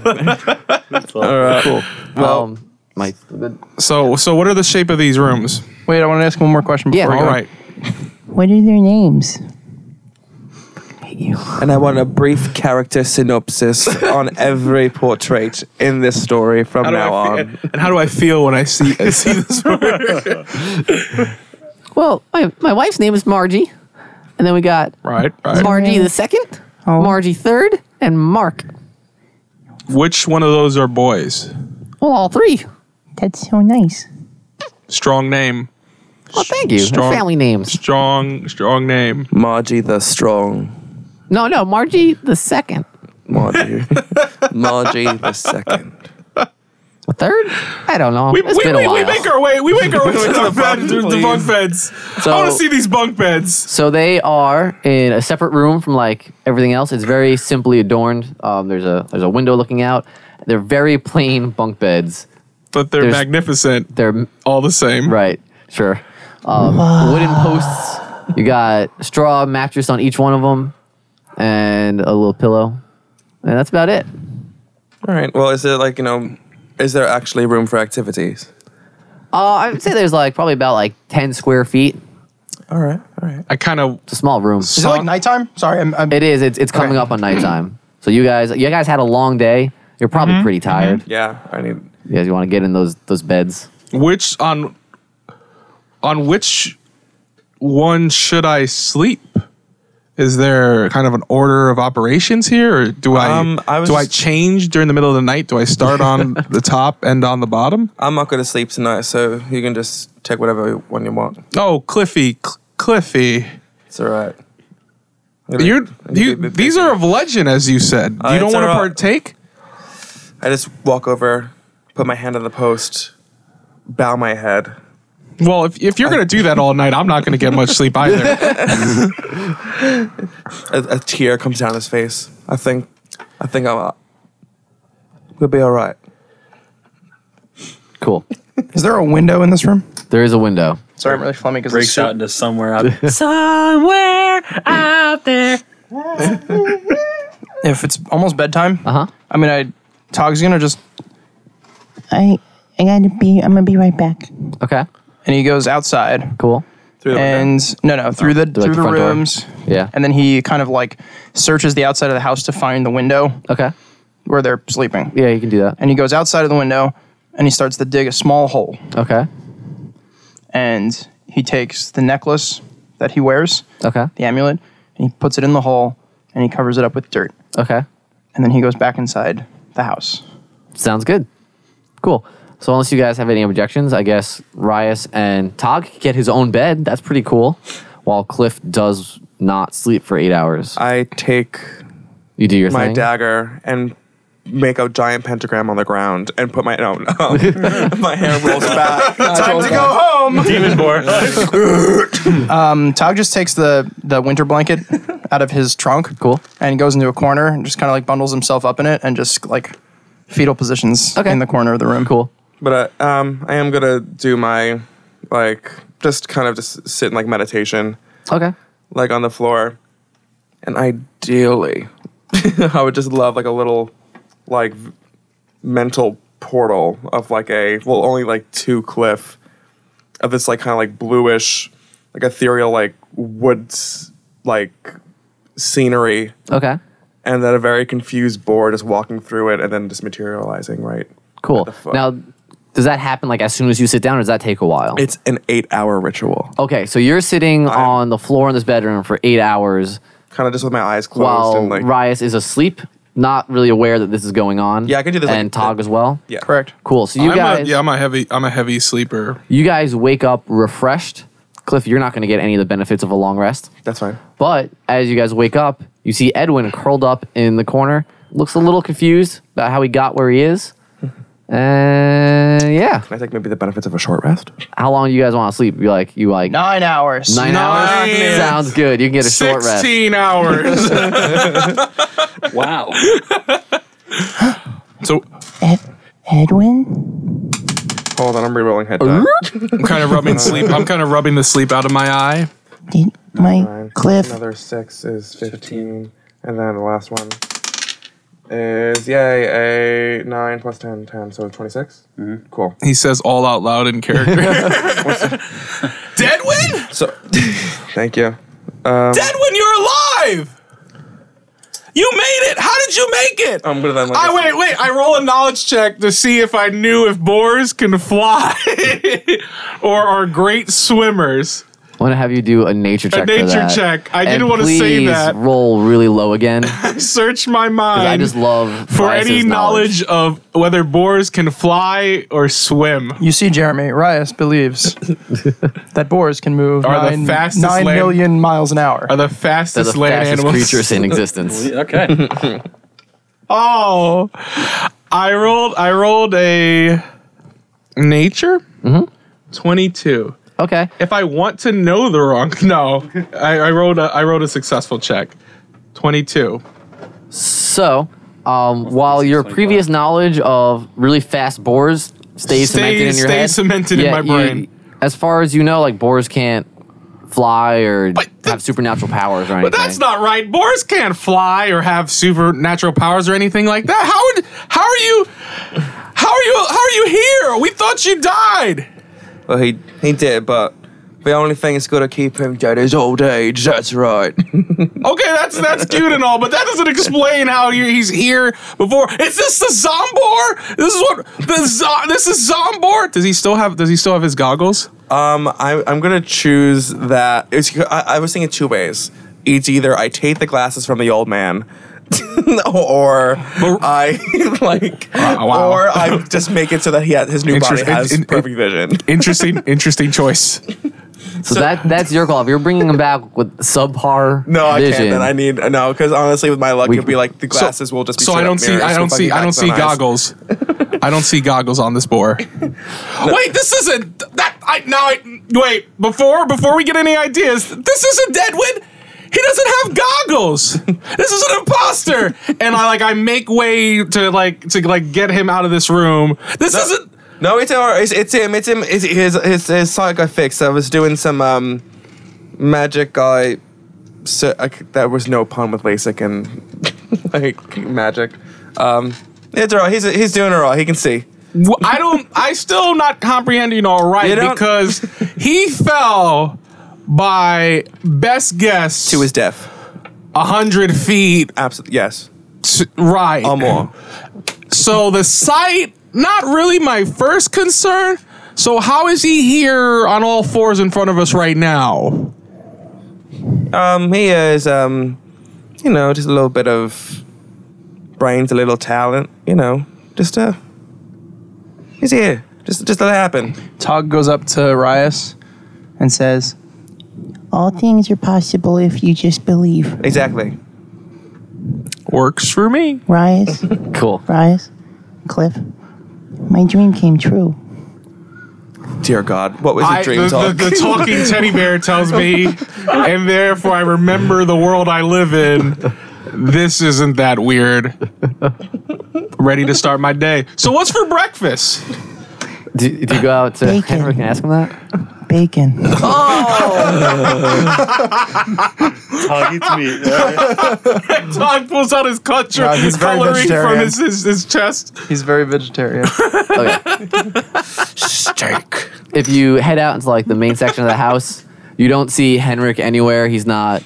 Speaker 4: than that.
Speaker 5: All right. Cool.
Speaker 1: Well, um, my
Speaker 2: So, so what are the shape of these rooms?
Speaker 3: Wait, I want to ask one more question before
Speaker 1: Yeah.
Speaker 3: we
Speaker 2: All
Speaker 3: go.
Speaker 2: right.
Speaker 6: What are their names?
Speaker 5: And I want a brief character synopsis on every portrait in this story from now
Speaker 2: I
Speaker 5: on.
Speaker 2: fe- um, and how do I feel when I see I see this room?
Speaker 1: well my, my wife's name is Margie, and then we got
Speaker 2: [laughs] Right, right.
Speaker 1: Margie Oh. the second, Margie third, and Mark.
Speaker 2: Which one of those are boys?
Speaker 1: Well, all three.
Speaker 6: That's so nice.
Speaker 2: Strong name.
Speaker 1: Well, thank you. They're
Speaker 2: Strong-
Speaker 1: Family names.
Speaker 2: Strong, strong name.
Speaker 5: Margie the Strong.
Speaker 1: No, no, Margie the second,
Speaker 5: [laughs] Margie. Margie the Second.
Speaker 1: the third. I don't know.
Speaker 2: We,
Speaker 1: It's
Speaker 2: we,
Speaker 1: been
Speaker 2: we,
Speaker 1: a while.
Speaker 2: we make our way. We make our way [laughs] to the, bed,
Speaker 5: bunk,
Speaker 2: to the
Speaker 5: please.
Speaker 2: bunk beds. I want to
Speaker 1: So-
Speaker 2: see these bunk beds.
Speaker 1: So they are in a separate room from like everything else. It's very simply adorned. Um, there's a there's a window looking out. They're very plain bunk beds.
Speaker 2: But they're
Speaker 1: There's-
Speaker 2: magnificent.
Speaker 1: They're
Speaker 2: all the same.
Speaker 1: right, sure. Um, wooden posts. You got straw mattress on each one of them, and a little pillow, and that's about it.
Speaker 5: All right. Well, is there like, you know, is there actually room for activities?
Speaker 1: Uh, I would say there's like probably about like ten square feet.
Speaker 5: All right. All right.
Speaker 2: I kind of.
Speaker 1: It's a small room.
Speaker 3: Is it like nighttime? Sorry, I'm, I'm
Speaker 1: It is. It's it's coming up on nighttime. So you guys, you guys had a long day. You're probably pretty tired.
Speaker 5: Yeah. I need.
Speaker 1: You guys, you want to get in those those beds.
Speaker 2: Which on on which one should I sleep? Is there kind of an order of operations here, or do I,
Speaker 5: Um, I was
Speaker 2: do I
Speaker 5: just-
Speaker 2: change during the middle of
Speaker 5: [laughs]
Speaker 2: the night? Do I start on the top and on the bottom?
Speaker 5: I'm not going to sleep tonight, so you can just Take whatever one you want.
Speaker 2: Oh, Cliffy, Cl- Cliffy.
Speaker 5: It's all right.
Speaker 2: You're you.
Speaker 5: bit
Speaker 2: These are of legend, as you said.
Speaker 5: Uh,
Speaker 2: you don't
Speaker 5: it's
Speaker 2: want to
Speaker 5: all right.
Speaker 2: partake.
Speaker 5: I just walk over, put my hand on the post, bow my head.
Speaker 2: Well, if, if you're gonna do that all night, I'm not gonna get much
Speaker 5: [laughs]
Speaker 2: sleep either.
Speaker 5: A, a tear comes down his face. I think, I think I'm. Uh, we'll be all right.
Speaker 1: Cool.
Speaker 3: Is there a window in this room?
Speaker 1: There is a window.
Speaker 3: Sorry, I'm really flumming because
Speaker 4: [laughs] breaks out into somewhere out.
Speaker 7: Somewhere out there.
Speaker 3: If it's almost bedtime,
Speaker 1: Uh huh.
Speaker 3: I mean, I Tog's gonna just
Speaker 6: I I gotta be. I'm gonna be right back.
Speaker 1: Okay.
Speaker 3: and he goes outside
Speaker 1: Cool.
Speaker 5: Through the window.
Speaker 3: and no, no, through
Speaker 1: Oh,
Speaker 3: the
Speaker 1: like
Speaker 3: through
Speaker 1: the
Speaker 3: the,
Speaker 1: front door?
Speaker 3: rooms,
Speaker 1: Yeah.
Speaker 3: and then he kind of like searches the outside of the house to find the window
Speaker 1: Okay.
Speaker 3: where they're sleeping.
Speaker 1: Yeah, you can do that.
Speaker 3: And he goes outside of the window and he starts to dig a small hole.
Speaker 1: Okay.
Speaker 3: And he takes the necklace that he wears,
Speaker 1: Okay.
Speaker 3: the amulet, and he puts it in the hole and he covers it up with dirt.
Speaker 1: Okay.
Speaker 3: And then he goes back inside the house.
Speaker 1: Sounds good. Cool. So unless you guys have any objections, I guess Rias and Tog can get his own bed. That's pretty cool. While Cliff does not sleep for eight hours.
Speaker 5: I take
Speaker 1: You do your
Speaker 5: my
Speaker 1: thing.
Speaker 5: dagger and make a giant pentagram on the ground and put my no no my hair rolls back. Time to go home.
Speaker 4: Demon board.
Speaker 3: And Tog just takes the, the winter
Speaker 5: [laughs]
Speaker 3: blanket out of his trunk.
Speaker 1: Cool.
Speaker 3: And he goes into a corner and just kind of like bundles himself up in it and just like fetal positions
Speaker 1: Okay.
Speaker 3: in the corner of the room.
Speaker 1: Cool.
Speaker 5: But I, um, I am gonna do my like just kind of just sit in like meditation,
Speaker 1: Okay.
Speaker 5: like on the floor, and ideally, [laughs] I would just love like a little like v- mental portal of like a well only like two cliff of this like kind of like bluish like ethereal like woods like scenery
Speaker 1: Okay.
Speaker 5: and then a very confused boar just walking through it and then just materializing right
Speaker 1: Cool.
Speaker 5: the fuck?
Speaker 1: Now, does that happen like as soon as you sit down, or does that take a while?
Speaker 5: it's an eight hour ritual
Speaker 1: okay. So you're sitting on the floor in this bedroom for eight hours
Speaker 5: kind of just with my eyes closed
Speaker 1: while
Speaker 5: and like
Speaker 1: Rias is asleep, not really aware that this is going on.
Speaker 5: Yeah, I can do this, like,
Speaker 1: And Tog as well.
Speaker 5: yeah
Speaker 3: Correct.
Speaker 1: Cool. So you
Speaker 2: I'm
Speaker 1: guys,
Speaker 2: a, yeah, I'm a heavy. I'm a heavy sleeper.
Speaker 1: you guys wake up refreshed. Cliff, you're not going to get any of the benefits of a long rest.
Speaker 5: that's fine
Speaker 1: But as you guys wake up, you see Edwin curled up in the corner. Looks a little confused about how he got where he is. And yeah,
Speaker 5: can i take maybe the benefits of a short rest
Speaker 1: how long do you guys want to sleep? You like you like
Speaker 3: Nine hours.
Speaker 1: nine, hours?
Speaker 2: Nine.
Speaker 1: Sounds good. You can get a short rest.
Speaker 2: Sixteen [laughs] hours.
Speaker 4: Wow.
Speaker 2: so
Speaker 6: Ed, Edwin.
Speaker 5: hold on i'm re-rolling head die.
Speaker 2: I'm kind of rubbing sleep. I'm kind of rubbing the sleep out of my eye.
Speaker 6: Did my
Speaker 5: Nine.
Speaker 6: Cliff?
Speaker 5: another six is 15, and then the last one is yay a 9 plus 10 10 so 26 cool
Speaker 2: He says all out loud in [laughs] character. Deadwin,
Speaker 5: so thank you
Speaker 2: Deadwin, you're alive. You made it. How did you make it?
Speaker 5: i'm gonna then like
Speaker 2: I wait, wait. I roll a knowledge check to see if I knew if boars can fly [laughs] or are great swimmers.
Speaker 1: I want to have you do a nature check. for
Speaker 2: nature
Speaker 1: that.
Speaker 2: check. I
Speaker 1: And
Speaker 2: didn't wanna say
Speaker 1: please
Speaker 2: that.
Speaker 1: Roll really low again. 'cause
Speaker 2: Search my mind.
Speaker 1: I just love
Speaker 2: for
Speaker 1: Rias's
Speaker 2: any knowledge of whether boars can fly or swim.
Speaker 3: You see, Jeremy, Rias believes that boars can move
Speaker 2: Are the
Speaker 3: nine,
Speaker 2: fastest
Speaker 3: nine
Speaker 2: land-
Speaker 3: million miles an hour.
Speaker 2: Are
Speaker 1: They're
Speaker 2: the
Speaker 1: the
Speaker 2: fastest land
Speaker 1: fastest
Speaker 2: animals.
Speaker 1: creatures in existence.
Speaker 4: [laughs] Okay.
Speaker 2: [laughs] Oh, I rolled. I rolled a nature. Mm-hmm. Twenty-two.
Speaker 1: okay.
Speaker 2: If I want to know the wrong, [laughs] no, I, I rolled. A, I rolled a successful check. Twenty-two.
Speaker 1: So, um, while your previous knowledge of really fast boars stays cemented in
Speaker 2: Stays-
Speaker 1: your
Speaker 2: stays
Speaker 1: head,
Speaker 2: cemented in my
Speaker 1: you-
Speaker 2: brain.
Speaker 1: as far as you know, like boars can't fly or have
Speaker 2: that's-
Speaker 1: supernatural powers or anything.
Speaker 2: But that's not right. Boars can't fly or have supernatural powers or anything like that. How would? How are you? How are you? How are you here? We thought you died.
Speaker 5: well he he did but the only thing that's gonna keep him dead is old age that's right [laughs]
Speaker 2: Okay, that's that's cute and all, but that doesn't explain how he- he's here before. Is this the Zombor? This is what the zo- this is Zombor. Does he still have Does he still have his goggles?
Speaker 5: Um, I, I'm gonna choose that. It's, I, I was thinking two ways. It's either I take the glasses from the old man, or
Speaker 2: But-
Speaker 5: I [laughs] like,
Speaker 2: Wow, wow.
Speaker 5: or I just make it so that he has, his new body
Speaker 2: Interest-
Speaker 5: has
Speaker 2: in- in-
Speaker 5: perfect vision.
Speaker 2: [laughs] Interesting, interesting
Speaker 5: [laughs]
Speaker 2: choice.
Speaker 1: So, that that's your call. If you're bringing him back with subpar
Speaker 5: No, Oh, I
Speaker 1: vision,
Speaker 5: can't. And I need no, because honestly, with my luck,
Speaker 1: We-
Speaker 5: it'll be like the glasses will just be.
Speaker 2: so
Speaker 5: straight
Speaker 2: I
Speaker 5: up
Speaker 2: don't see,
Speaker 5: mirrors
Speaker 2: I don't
Speaker 5: with
Speaker 2: see, I
Speaker 5: fucking
Speaker 2: don't
Speaker 5: backs
Speaker 2: see
Speaker 5: on eyes.
Speaker 2: goggles. I don't see goggles on this board. Wait, this isn't that. I now. I wait before before we get any ideas. This isn't Deadwood. He doesn't have goggles. This is an imposter. And I like I make way to like to like get him out of this room. This isn't.
Speaker 5: No, it's our, it's, it's him. It's him. It's his his his psych I fixed. I was doing some um, magic guy. So I c there was no pun with LASIK and [laughs] like magic. Um, it's alright. He's he's doing alright. He can see.
Speaker 2: Well, I don't. I still not comprehending all
Speaker 5: You
Speaker 2: right
Speaker 5: don't- [laughs]
Speaker 2: because he fell by best guess
Speaker 5: He was deaf.
Speaker 2: hundred feet
Speaker 5: Absolutely. Yes.
Speaker 2: t- right.
Speaker 5: Or more.
Speaker 2: So the sight, not really my first concern. So how is he here on all fours in front of us right now?
Speaker 5: Um, he is um, you know, just a little bit of brains, a little talent. You know, just uh, he's here. Just just let it happen.
Speaker 3: Tog goes up to Rias and says,
Speaker 6: All things are possible if you just believe.
Speaker 5: Exactly.
Speaker 2: Works for me.
Speaker 6: Rias,
Speaker 1: cool.
Speaker 6: Rias, Cliff, my dream came true.
Speaker 5: Dear God, what was your
Speaker 2: I, the,
Speaker 5: dream
Speaker 2: the,
Speaker 5: talk?
Speaker 2: the talking teddy bear tells me, and therefore I remember the world I live in. This isn't that weird. Ready to start my day. So what's for breakfast?
Speaker 1: Do, do you go out to
Speaker 6: Bacon.
Speaker 1: Henrik and [laughs] ask him that?
Speaker 6: Bacon.
Speaker 8: Tog eats meat. Yeah.
Speaker 2: Todd pulls out his culture,
Speaker 3: No, he's very
Speaker 2: coloring from
Speaker 3: vegetarian.
Speaker 2: his, his, his chest.
Speaker 3: He's very vegetarian.
Speaker 5: Steak.
Speaker 1: If you head out into like the main section of the house, you don't see Henrik anywhere. He's not.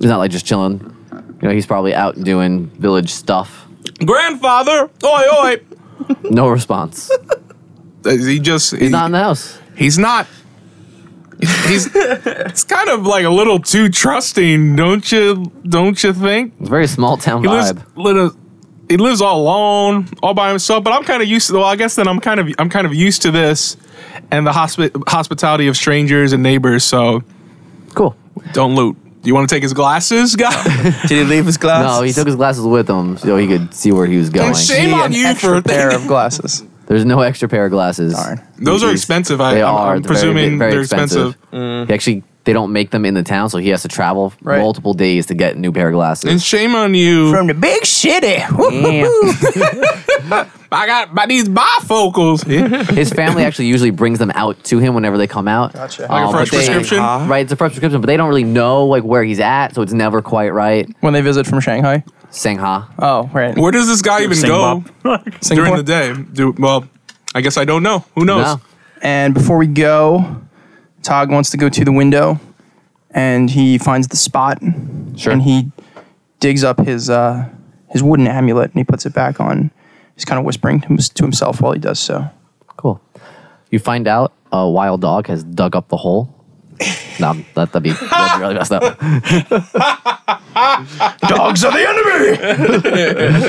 Speaker 1: He's not like just chilling. You know, he's probably out doing village stuff.
Speaker 2: Grandfather, oi oi.
Speaker 1: No response.
Speaker 2: He just
Speaker 1: He's not in the house.
Speaker 2: He's not. He's. it's kind of like a little too trusting, don't you? Don't you think?
Speaker 1: It's a very small town
Speaker 2: He lives.
Speaker 1: vibe.
Speaker 2: Little, he lives all alone, all by himself. But I'm kind of used to. Well, I guess then I'm kind of. I'm kind of used to this, and the hospi- hospitality of strangers and neighbors. So
Speaker 1: Cool.
Speaker 2: don't loot. You want to take his
Speaker 1: [laughs]
Speaker 2: glasses, [laughs] guy?
Speaker 5: Did he leave his glass?
Speaker 1: No, he took his glasses with him so he could see where he was going.
Speaker 2: And shame on
Speaker 3: an
Speaker 2: you
Speaker 3: extra
Speaker 2: for
Speaker 5: [laughs]
Speaker 3: pair of glasses.
Speaker 1: There's no extra pair of glasses.
Speaker 3: Darn.
Speaker 2: Those are expensive. I,
Speaker 1: They
Speaker 2: I'm,
Speaker 1: are.
Speaker 2: I'm
Speaker 1: They're very-
Speaker 2: presuming
Speaker 1: very
Speaker 2: they're expensive.
Speaker 1: He actually, they don't make them in the town, so he has to travel
Speaker 3: Right.
Speaker 1: multiple days to get a new pair of
Speaker 2: And
Speaker 1: glasses.
Speaker 2: shame on you.
Speaker 3: From the big [laughs] city.
Speaker 2: I got by these bifocals.
Speaker 1: His family actually usually brings them out to him whenever they come out.
Speaker 3: Gotcha.
Speaker 1: Um,
Speaker 3: Like
Speaker 2: a fresh
Speaker 1: but they-
Speaker 2: prescription?
Speaker 5: Huh?
Speaker 1: Right, it's a fresh prescription, but they don't really know like where he's at, so it's never quite right.
Speaker 3: When they visit from Shanghai.
Speaker 1: Sangha.
Speaker 3: Oh, right.
Speaker 2: Where does this guy even
Speaker 4: Sing
Speaker 2: go?
Speaker 4: bop.
Speaker 2: during
Speaker 3: Singapore.
Speaker 2: the day. Do, well, I guess I don't know. Who knows?
Speaker 1: No.
Speaker 3: And before we go, Tog wants to go to the window and he finds the spot. Sure. And he digs up his uh, his wooden amulet and he puts it back on. He's kind of whispering to, him, to himself while he does so.
Speaker 1: Cool. You find out a wild dog has dug up the hole. no, that, that'd, be, that'd be really messed up.
Speaker 3: Dogs are the enemy!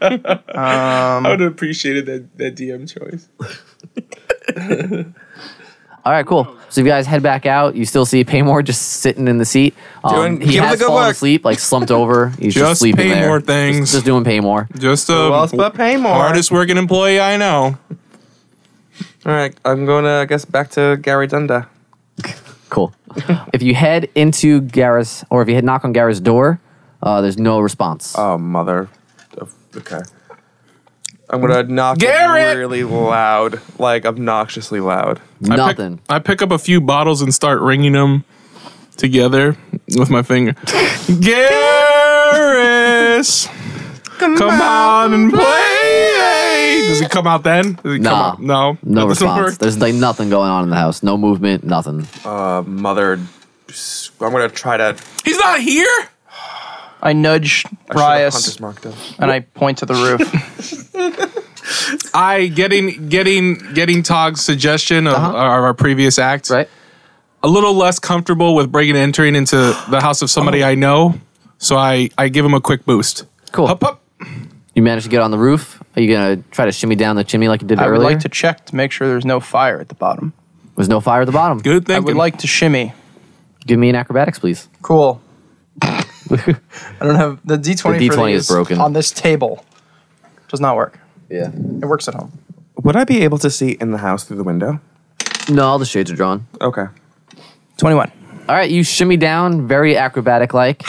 Speaker 2: I would have appreciated that, that DM choice.
Speaker 1: All right, cool. So you guys head back out. You still see Paymore just sitting in the seat. Um,
Speaker 5: Doing-
Speaker 1: he
Speaker 5: give him
Speaker 1: has
Speaker 5: the good
Speaker 1: fallen
Speaker 5: work.
Speaker 1: asleep, like slumped over. He's just,
Speaker 2: Just
Speaker 1: sleeping there.
Speaker 2: Paymore things.
Speaker 1: Just, just doing Paymore.
Speaker 2: Just um, a
Speaker 5: Who else but Paymore?
Speaker 2: hardest working employee I know.
Speaker 5: All right, I'm going to, I guess, back to Gary Dunder.
Speaker 1: Cool. if you head into Garrus, or if you head knock on Garrus' door, uh, there's no response.
Speaker 5: Oh, mother. of- Okay. I'm going to knock
Speaker 2: Garrett!
Speaker 5: really loud, like obnoxiously loud.
Speaker 1: Nothing.
Speaker 2: I pick, I pick up a few bottles and start ringing them together with my finger. Garrus, come, on and play. Does he come out then? Does he come
Speaker 1: Nah.
Speaker 2: out? No.
Speaker 1: no
Speaker 2: That doesn't
Speaker 1: response.
Speaker 2: work.
Speaker 1: There's like nothing going on in the house. No movement. Nothing.
Speaker 5: Uh, mother. I'm going to try to.
Speaker 2: He's not here?
Speaker 3: I nudge
Speaker 5: I should've
Speaker 3: Rias
Speaker 5: Hunter's marked him.
Speaker 3: and I point to the
Speaker 5: [laughs]
Speaker 3: roof.
Speaker 2: I getting getting getting Tog's suggestion of, of our previous act.
Speaker 1: Uh-huh. Right.
Speaker 2: a little less comfortable with breaking and entering into the house of somebody I know. So I, I give him a quick boost.
Speaker 1: Uh-huh. Cool.
Speaker 2: Hup, hup.
Speaker 1: You managed to get on the roof. Are you gonna try to shimmy down the chimney like you did
Speaker 3: I would
Speaker 1: earlier?
Speaker 3: like to check to make sure there's no fire at the bottom.
Speaker 1: There's no fire at the bottom.
Speaker 2: Good
Speaker 3: I
Speaker 2: thing.
Speaker 3: would like to shimmy.
Speaker 1: Give me an acrobatics, please.
Speaker 3: Cool. I don't have the D20.
Speaker 1: The
Speaker 3: for
Speaker 1: D20 is
Speaker 3: these
Speaker 1: broken.
Speaker 3: on this table. Does not work.
Speaker 1: Yeah.
Speaker 3: It works at home.
Speaker 9: Would I be able to see in the house through the window?
Speaker 1: No, all the shades are drawn.
Speaker 9: Okay.
Speaker 3: 21.
Speaker 1: All right, you shimmy down, very acrobatic like,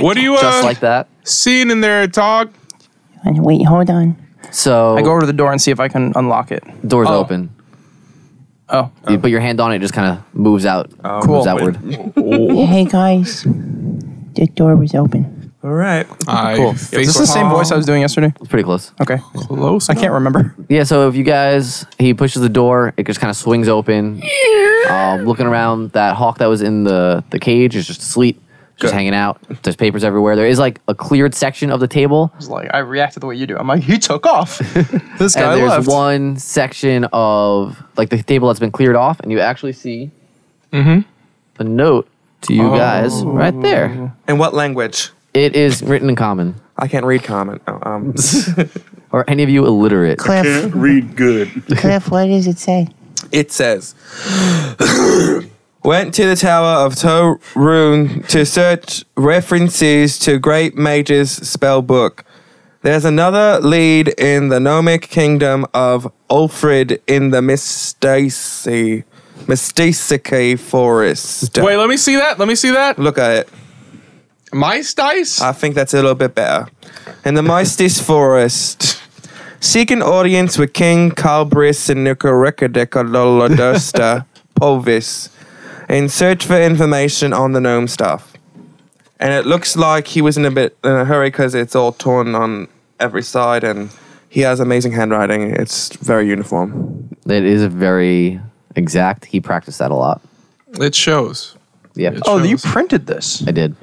Speaker 2: what are you uh,
Speaker 1: just like that.
Speaker 2: seeing in there, Tog?
Speaker 6: And Wait, hold on.
Speaker 1: So
Speaker 3: I go over to the door and see if I can unlock it.
Speaker 1: doors
Speaker 3: Oh.
Speaker 1: open.
Speaker 3: Oh,
Speaker 1: You put your hand on it, it just kind of moves out,
Speaker 3: cool.
Speaker 1: moves outward.
Speaker 6: Hey guys, the door was open.
Speaker 9: All right.
Speaker 2: I
Speaker 3: Cool. Is
Speaker 2: face
Speaker 3: this the same
Speaker 2: palm
Speaker 3: voice I was doing yesterday?
Speaker 1: It's pretty close.
Speaker 3: Okay.
Speaker 2: Close.
Speaker 3: I can't remember.
Speaker 1: Yeah, so if you guys, he pushes the door, it just kind of swings open. Um, looking around, that hawk that was in the, the cage is just asleep, just
Speaker 9: Good.
Speaker 1: hanging out. There's papers everywhere. There is like a cleared section of the table,
Speaker 3: It's like I reacted the way you do. I'm like, he took off.
Speaker 1: [laughs]
Speaker 3: this guy
Speaker 1: and there's
Speaker 3: left.
Speaker 1: one section of like the table that's been cleared off, and you actually see
Speaker 3: Mm-hmm.
Speaker 1: a note to
Speaker 3: Oh.
Speaker 1: you guys right there.
Speaker 9: In what language?
Speaker 1: It is written in common.
Speaker 9: I can't read comment. Oh, um,
Speaker 1: Are any of you illiterate?
Speaker 6: Cliff,
Speaker 10: Can't read good. [laughs]
Speaker 6: Cliff, what does it say?
Speaker 9: it says. Went to the Tower of Torun to search references to Great Mage's spell book. There's another lead in the gnomic kingdom of Ulfrid in the Mystacy, Mystacicae Forest.
Speaker 2: Wait, let me see that. Let me see that.
Speaker 9: Look at it.
Speaker 2: Mice dice?
Speaker 9: I think that's a little bit better. In the Mystis Forest, seek an audience with King Calbris and Nicorecadecalolodosta Povis and search for information on the gnome stuff. And it looks like he was in a bit in a hurry because it's all torn on every side and he has amazing handwriting. It's very uniform.
Speaker 1: It is very exact. He practiced that a lot.
Speaker 2: it shows.
Speaker 1: Yeah,
Speaker 2: It's-
Speaker 3: Oh,
Speaker 2: shows.
Speaker 3: you printed this.
Speaker 1: I did.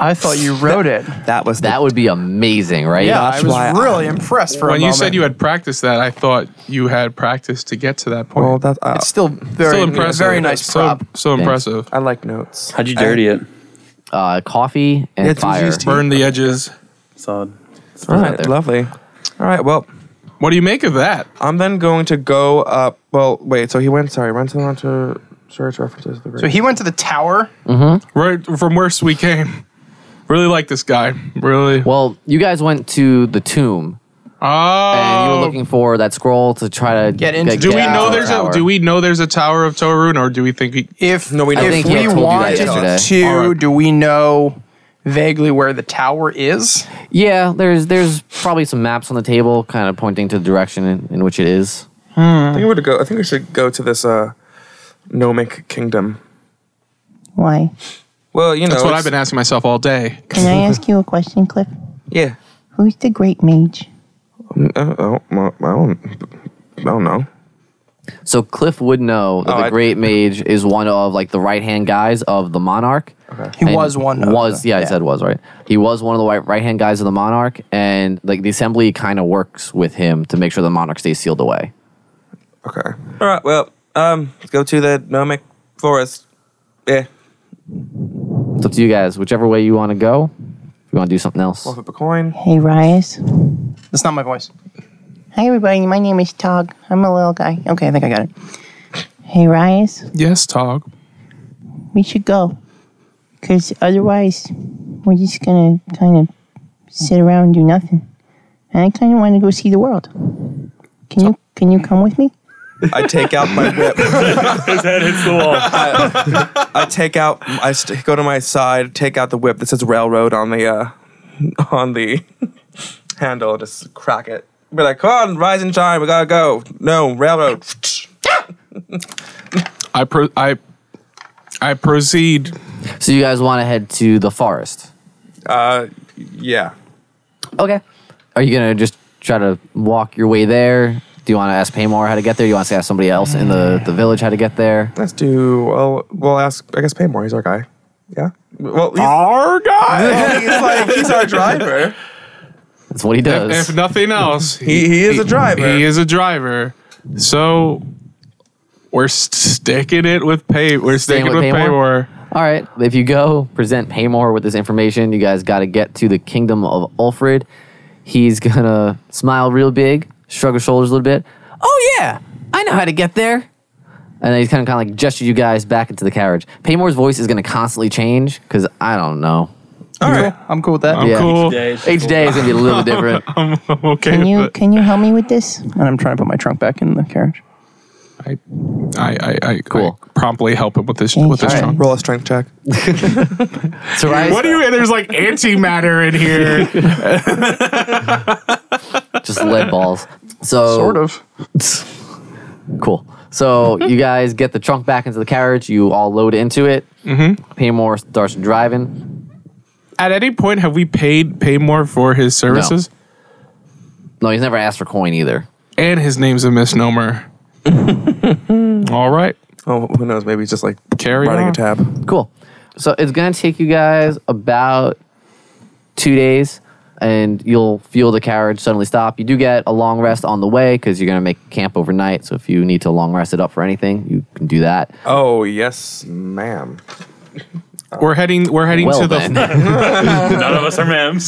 Speaker 3: I thought you wrote it.
Speaker 9: That was
Speaker 1: [laughs] That would be amazing, right? Uh,
Speaker 3: Yeah, I
Speaker 9: that's
Speaker 3: was
Speaker 9: why I-
Speaker 3: really impressed for a
Speaker 2: When you
Speaker 3: moment.
Speaker 2: said you had practiced that, I thought you had practiced to get to that point.
Speaker 9: well. That uh,
Speaker 3: it's still very,
Speaker 2: so impressive.
Speaker 3: very nice
Speaker 2: So-
Speaker 3: prop.
Speaker 2: So, impressive.
Speaker 9: I like notes.
Speaker 4: How'd you dirty it?
Speaker 1: Uh, coffee and
Speaker 9: Yeah, it's
Speaker 1: fire.
Speaker 9: used to-
Speaker 2: Burn the edges.
Speaker 4: Solid.
Speaker 9: All
Speaker 1: out
Speaker 9: right,
Speaker 1: there.
Speaker 9: lovely. All right, well.
Speaker 2: What do you make of that?
Speaker 9: I'm then going to go up. Well, wait. So he went. Sorry, went on to search references. The
Speaker 3: So he went to the tower.
Speaker 2: Right from worst we came. Really like this guy. Really.
Speaker 1: Well, you guys went to the tomb
Speaker 2: oh.
Speaker 1: and you were looking for that scroll to try to
Speaker 3: Get into-
Speaker 2: do we
Speaker 3: Yeah.
Speaker 2: know
Speaker 1: into the
Speaker 2: there's
Speaker 1: tower.
Speaker 2: a do we know there's a tower of Torun or do we think we,
Speaker 3: If
Speaker 9: No, we
Speaker 3: if
Speaker 9: don't. I
Speaker 1: think he had
Speaker 3: we
Speaker 1: told you that
Speaker 3: wanted
Speaker 1: yesterday.
Speaker 3: to,
Speaker 2: Alright.
Speaker 3: do we know vaguely where the tower is?
Speaker 1: Yeah, there's there's probably some maps on the table, kind of pointing to the direction in, in which it is.
Speaker 9: I think we would go. I think we should go to this uh, gnomic kingdom.
Speaker 6: Why?
Speaker 9: Well, you know.
Speaker 2: That's what
Speaker 9: it's-
Speaker 2: I've been asking myself all day.
Speaker 6: Can I ask you a question, Cliff?
Speaker 9: Yeah.
Speaker 6: Who's the great mage?
Speaker 9: Uh, oh, well, I don't. I don't know.
Speaker 1: So Cliff would know that
Speaker 9: Oh,
Speaker 1: the
Speaker 9: I-
Speaker 1: Great Mage is one of like the right hand guys of the Monarch.
Speaker 3: He
Speaker 1: And
Speaker 3: was one. of
Speaker 1: Was
Speaker 3: the-
Speaker 1: yeah, I said was right. He was one of the right hand guys of the Monarch, and like the Assembly kind of works with him to make sure the Monarch stays sealed away.
Speaker 9: Okay. All right. Well, um, let's go to the gnomic forest. Yeah.
Speaker 1: It's up to you guys, whichever way you want to go. If you want to do something else,
Speaker 9: Flip a coin.
Speaker 6: Hey, Rias.
Speaker 3: That's not my voice.
Speaker 6: Hi, everybody. My name is Tog. I'm a little guy. Okay, I think I got it. Hey, Rias,
Speaker 2: Yes, Tog.
Speaker 6: we should go. Because otherwise, we're just going to kind of sit around and do nothing. And I kind of want to go see the world. Can you can you come with me?
Speaker 9: I take out my
Speaker 10: [laughs]
Speaker 9: whip.
Speaker 10: His head hits the wall.
Speaker 9: I take out. I st- go to my side. Take out the whip that says railroad on the uh, on the handle. Just crack it. Be like, come on, rise and shine. We gotta go. No railroad.
Speaker 2: I pro- I I proceed.
Speaker 1: so you guys want to head to the forest.
Speaker 9: Uh, yeah.
Speaker 1: Okay. Are you gonna just try to walk your way there? Do you want to ask Paymore how to get there? You want to ask somebody else in the, the village how to get there?
Speaker 9: Let's do. Well, we'll ask. I guess Paymore. He's our guy. Yeah. Well, he's, our guy. [laughs] he's like he's our driver.
Speaker 1: That's what he does. [laughs]
Speaker 2: If nothing else,
Speaker 9: He, he is a driver.
Speaker 2: He is a driver. So We're st- sticking it with pay. We're
Speaker 1: Staying
Speaker 2: sticking
Speaker 1: with
Speaker 2: with,
Speaker 1: Paywar?
Speaker 2: Paywar.
Speaker 1: All right. If you go present Paymore with this information, you guys got to get to the kingdom of Ulfred. He's going to smile real big, shrug his shoulders a little bit. Oh, yeah. I know how to get there. And then he's kind of kind of like gesture you guys back into the carriage. Paymore's voice is going to constantly change because I don't know.
Speaker 2: All right,
Speaker 3: I'm cool with that.
Speaker 2: I'm
Speaker 1: Yeah.
Speaker 2: cool.
Speaker 1: Each day is going to be a little [laughs] different.
Speaker 2: I'm I'm okay.
Speaker 6: Can you
Speaker 2: with it.
Speaker 6: can you help me with this?
Speaker 3: And I'm trying to put my trunk back in the carriage.
Speaker 2: I, I, I, I,
Speaker 1: Cool.
Speaker 2: I promptly help him with this with this
Speaker 6: All right.
Speaker 2: trunk.
Speaker 5: Roll a strength check.
Speaker 1: So Rise
Speaker 2: What do you? There's like antimatter
Speaker 1: [laughs]
Speaker 2: in here.
Speaker 1: just lead balls. So
Speaker 3: Sort of.
Speaker 1: Cool. So you guys get the trunk back into the carriage. You all load into it. Mm-hmm. Paymore starts driving.
Speaker 2: At any point, have we paid Paymore for his services?
Speaker 1: No, he's never asked for coin either.
Speaker 2: And his name's
Speaker 1: [laughs]
Speaker 2: a misnomer. All right,
Speaker 5: Oh, who knows? Maybe he's just like
Speaker 2: Carry
Speaker 5: running
Speaker 2: on.
Speaker 5: a tab.
Speaker 1: Cool. So it's gonna take you guys about two days, and you'll feel the carriage suddenly stop. You do get a long rest on the way because you're gonna make camp overnight. So if you need to long rest it up for anything, you can do that.
Speaker 5: Oh yes, ma'am.
Speaker 2: we're heading. We're heading
Speaker 1: well
Speaker 2: to the.
Speaker 1: then,
Speaker 8: None of us are ma'ams.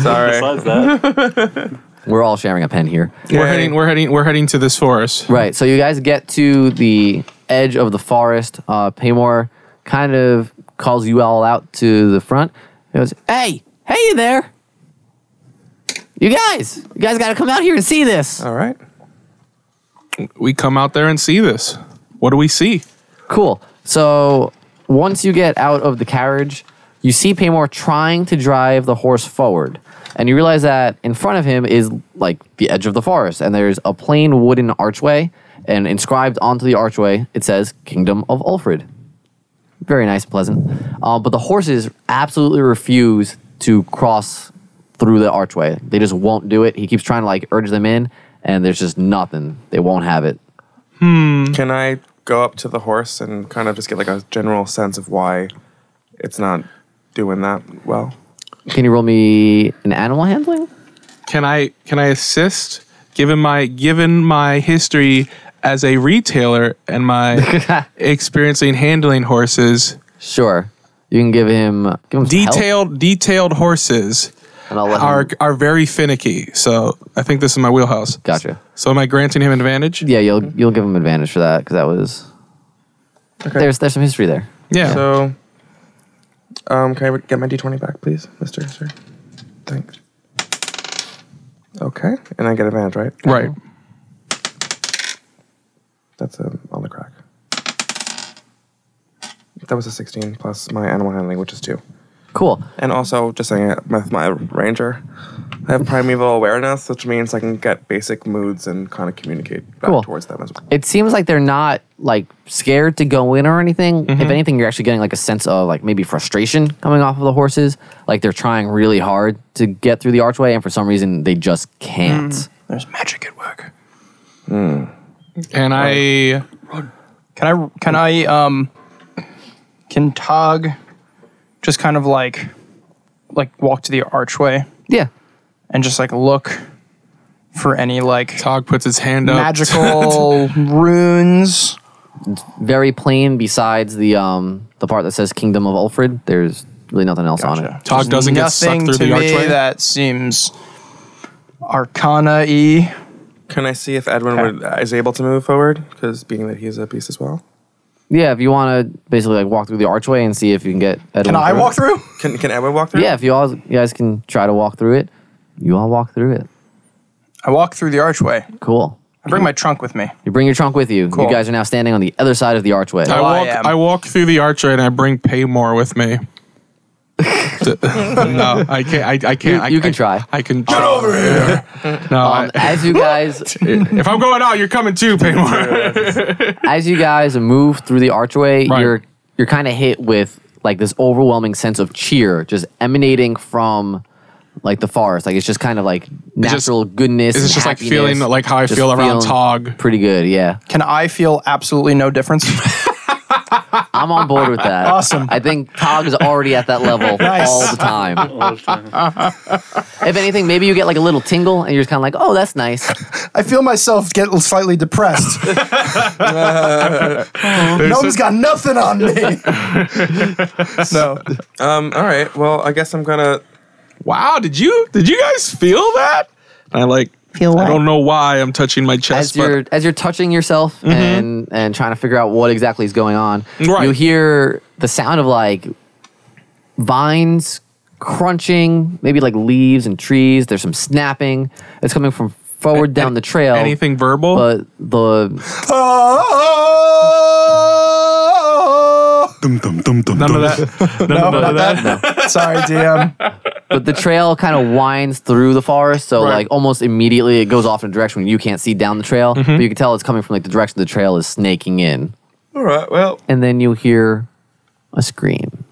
Speaker 5: Sorry.
Speaker 4: Besides that,
Speaker 1: we're all sharing a pen here.
Speaker 2: We're
Speaker 5: Yay.
Speaker 2: heading. We're heading. We're heading to this forest.
Speaker 1: Right. So you guys get to the edge of the forest. Uh, Paymore kind of calls you all out to the front. He goes, "Hey, hey, you there? You guys, you guys got to come out here and see this.
Speaker 5: All right.
Speaker 2: We come out there and see this. What do we see?
Speaker 1: Cool. So once you get out of the carriage, you see Paymore trying to drive the horse forward. And you realize that in front of him is like the edge of the forest, and there's a plain wooden archway, and inscribed onto the archway, it says Kingdom of Ulfred. Very nice, pleasant. Uh, but the horses absolutely refuse to cross through the archway. They just won't do it. He keeps trying to like urge them in, and there's just nothing. They won't have it.
Speaker 5: Can I go up to the horse and kind of just get like a general sense of why it's not doing that well?
Speaker 1: Can you roll me an animal handling?
Speaker 2: Can I? Can I assist? Given my given my history as a retailer and
Speaker 1: [laughs]
Speaker 2: my experience in handling horses,
Speaker 1: Sure. You can give him, give him some help,
Speaker 2: detailed detailed horses
Speaker 1: and I'll let
Speaker 2: are
Speaker 1: him-
Speaker 2: are very finicky. So I think this is my wheelhouse.
Speaker 1: Gotcha.
Speaker 2: So am I granting him advantage?
Speaker 1: Yeah, you'll you'll give him advantage for that because that was. There's there's some history there.
Speaker 2: Yeah.
Speaker 5: So, um, can I get my d20 back, please, Mister? Sir, thanks. Okay, and I get advantage, right?
Speaker 2: right.
Speaker 5: That's um, on the crack. That was a 16 plus my animal handling, which is two.
Speaker 1: Cool.
Speaker 5: And also, just saying, it, with my ranger, I have primeval awareness, which means I can get basic moods and kind of communicate back
Speaker 1: Cool.
Speaker 5: towards them as well.
Speaker 1: It seems like they're not like scared to go in or anything.
Speaker 3: Mm-hmm.
Speaker 1: If anything, you're actually getting like a sense of like maybe frustration coming off of the horses. Like they're trying really hard to get through the archway, and for some reason they just can't.
Speaker 3: There's magic at work.
Speaker 2: And I
Speaker 3: Can I? Can I? Um. Can Tog just kind of like, like walk to the archway
Speaker 1: Yeah.
Speaker 3: and just like look for any like [laughs]
Speaker 2: Tog puts his hand up. [laughs]
Speaker 3: magical runes?
Speaker 1: Very plain. Besides the um the part that says Kingdom of Ulfred, there's really nothing else on it.
Speaker 3: Gotcha.
Speaker 2: Tog doesn't get sucked
Speaker 3: Nothing
Speaker 2: through
Speaker 3: to
Speaker 2: the
Speaker 3: me
Speaker 2: archway.
Speaker 3: that seems arcana y.
Speaker 5: Can I see if Edwin would,
Speaker 9: uh,
Speaker 5: is able to move forward? Because being that he's a beast as well.
Speaker 1: Yeah, if you want to basically like walk through the archway and see if you can get.
Speaker 3: Can I walk through?
Speaker 5: Can, can Edwin walk through?
Speaker 1: Yeah, if you all you guys can try to walk through it, you all walk through it.
Speaker 3: I walk through the archway.
Speaker 1: Cool.
Speaker 3: I bring my trunk with me.
Speaker 1: You bring your trunk with you.
Speaker 3: Cool.
Speaker 1: You guys are now standing on the other side of the archway.
Speaker 2: I
Speaker 3: Oh, I
Speaker 2: walk.
Speaker 3: am.
Speaker 2: I, walk through the archway and I bring Paymore
Speaker 1: [laughs]
Speaker 2: with me. no, I can't. I, I can't. I,
Speaker 1: You- you can
Speaker 2: I-
Speaker 1: try.
Speaker 2: I can. Get over here. No,
Speaker 1: Um,
Speaker 2: I,
Speaker 1: as you
Speaker 2: [laughs]
Speaker 1: guys
Speaker 2: if I'm going out, you're coming too, Paymore.
Speaker 1: as you guys move through the archway,
Speaker 2: Right.
Speaker 1: you're you're kind of hit with like this overwhelming sense of cheer just emanating from like the forest. Like it's just kind of like
Speaker 2: just-
Speaker 1: natural goodness.
Speaker 2: it's
Speaker 1: and
Speaker 2: just, like,
Speaker 1: happiness.
Speaker 2: feeling like how I
Speaker 1: Just
Speaker 2: feel around
Speaker 1: feeling
Speaker 2: Tog.
Speaker 1: Pretty good, yeah.
Speaker 3: [laughs] Can I feel absolutely no difference?
Speaker 1: I'm on board with
Speaker 2: [laughs]
Speaker 1: that.
Speaker 11: Awesome.
Speaker 1: I think Tog is already at that level
Speaker 11: Nice.
Speaker 1: all the time.
Speaker 4: All [laughs] the time.
Speaker 1: If anything, maybe you get like a little tingle and you're just kind of like, oh, that's nice.
Speaker 11: I feel myself get slightly
Speaker 3: [laughs]
Speaker 11: depressed. no one's got nothing on me.
Speaker 3: No.
Speaker 5: Um, all right. Well, I guess I'm gonna.
Speaker 2: Wow, did you did you guys feel that? And I like
Speaker 6: Feel
Speaker 2: I
Speaker 6: what?
Speaker 2: don't know why I'm touching my
Speaker 1: As
Speaker 2: chest, but
Speaker 1: you're as you're touching yourself and and trying to figure out what exactly is going on,
Speaker 2: Mm-hmm. Right.
Speaker 1: you hear the sound of like vines crunching, maybe like leaves and trees. There's some snapping. It's coming from forward down the trail.
Speaker 2: anything verbal?
Speaker 1: But the
Speaker 2: Oh, oh,
Speaker 4: Dum, dum, dum, dum,
Speaker 2: none
Speaker 4: dum.
Speaker 2: of that. None
Speaker 3: No,
Speaker 2: of
Speaker 3: not
Speaker 2: that.
Speaker 3: that. Sorry, DM.
Speaker 1: but the trail kind of winds through the forest, so
Speaker 2: Right.
Speaker 1: like almost immediately it goes off in a direction you can't see down the trail,
Speaker 2: Mm-hmm.
Speaker 1: but you can tell it's coming from like the direction the trail is snaking in,
Speaker 5: All right. Well,
Speaker 1: and then you hear a scream,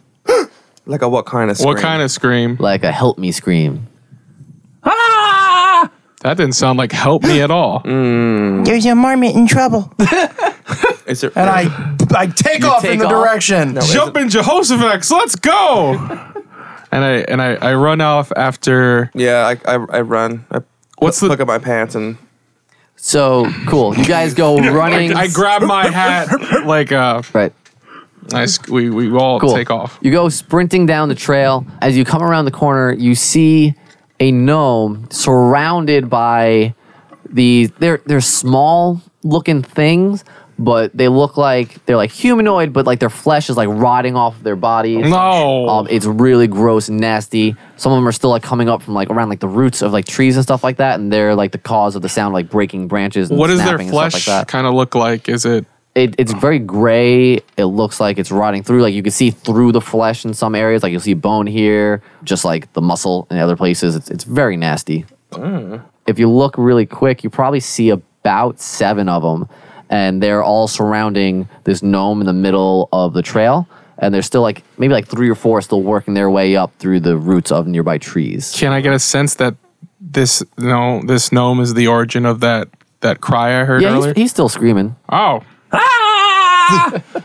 Speaker 5: like a what kind of? Scream?
Speaker 2: What kind of scream?
Speaker 1: like a "help me" scream.
Speaker 2: That didn't sound like help me at all.
Speaker 6: There's a marmot in trouble.
Speaker 5: Is it?
Speaker 3: And I, I take off in
Speaker 1: take
Speaker 3: the
Speaker 1: off?
Speaker 3: direction.
Speaker 2: Jumping Jehoshaphat, let's go. and I and I, I run off after
Speaker 5: Yeah. I, I I run. I
Speaker 2: what's
Speaker 5: look
Speaker 2: the
Speaker 5: at my pants and
Speaker 1: So cool, you guys go running.
Speaker 2: [laughs] I grab my hat like uh
Speaker 1: right.
Speaker 2: I sc- we we all
Speaker 1: Cool.
Speaker 2: take off.
Speaker 1: You go sprinting down the trail. As you come around the corner, you see a gnome surrounded by these. They're they're small looking things, but they look like they're like humanoid, but like their flesh is like rotting off of their bodies.
Speaker 2: No.
Speaker 1: Um, it's really gross and nasty. Some of them are still like coming up from like around like the roots of like trees and stuff like that, and they're like the cause of the sound like breaking branches. And
Speaker 2: what does their
Speaker 1: snapping and stuff
Speaker 2: flesh
Speaker 1: like that
Speaker 2: kind of look like? Is it
Speaker 1: it, it's very gray. It looks like it's rotting through. Like you can see through the flesh in some areas. Like you'll see bone here, just like the muscle in other places. It's, it's very nasty. If you look really quick, you probably see about seven of them, and they're all surrounding this gnome in the middle of the trail. And there's still like maybe like three or four still working their way up through the roots of nearby trees.
Speaker 2: can I get a sense that this no this gnome is the origin of that that cry I heard
Speaker 1: Yeah,
Speaker 2: earlier?
Speaker 1: he's, he's still screaming.
Speaker 2: oh.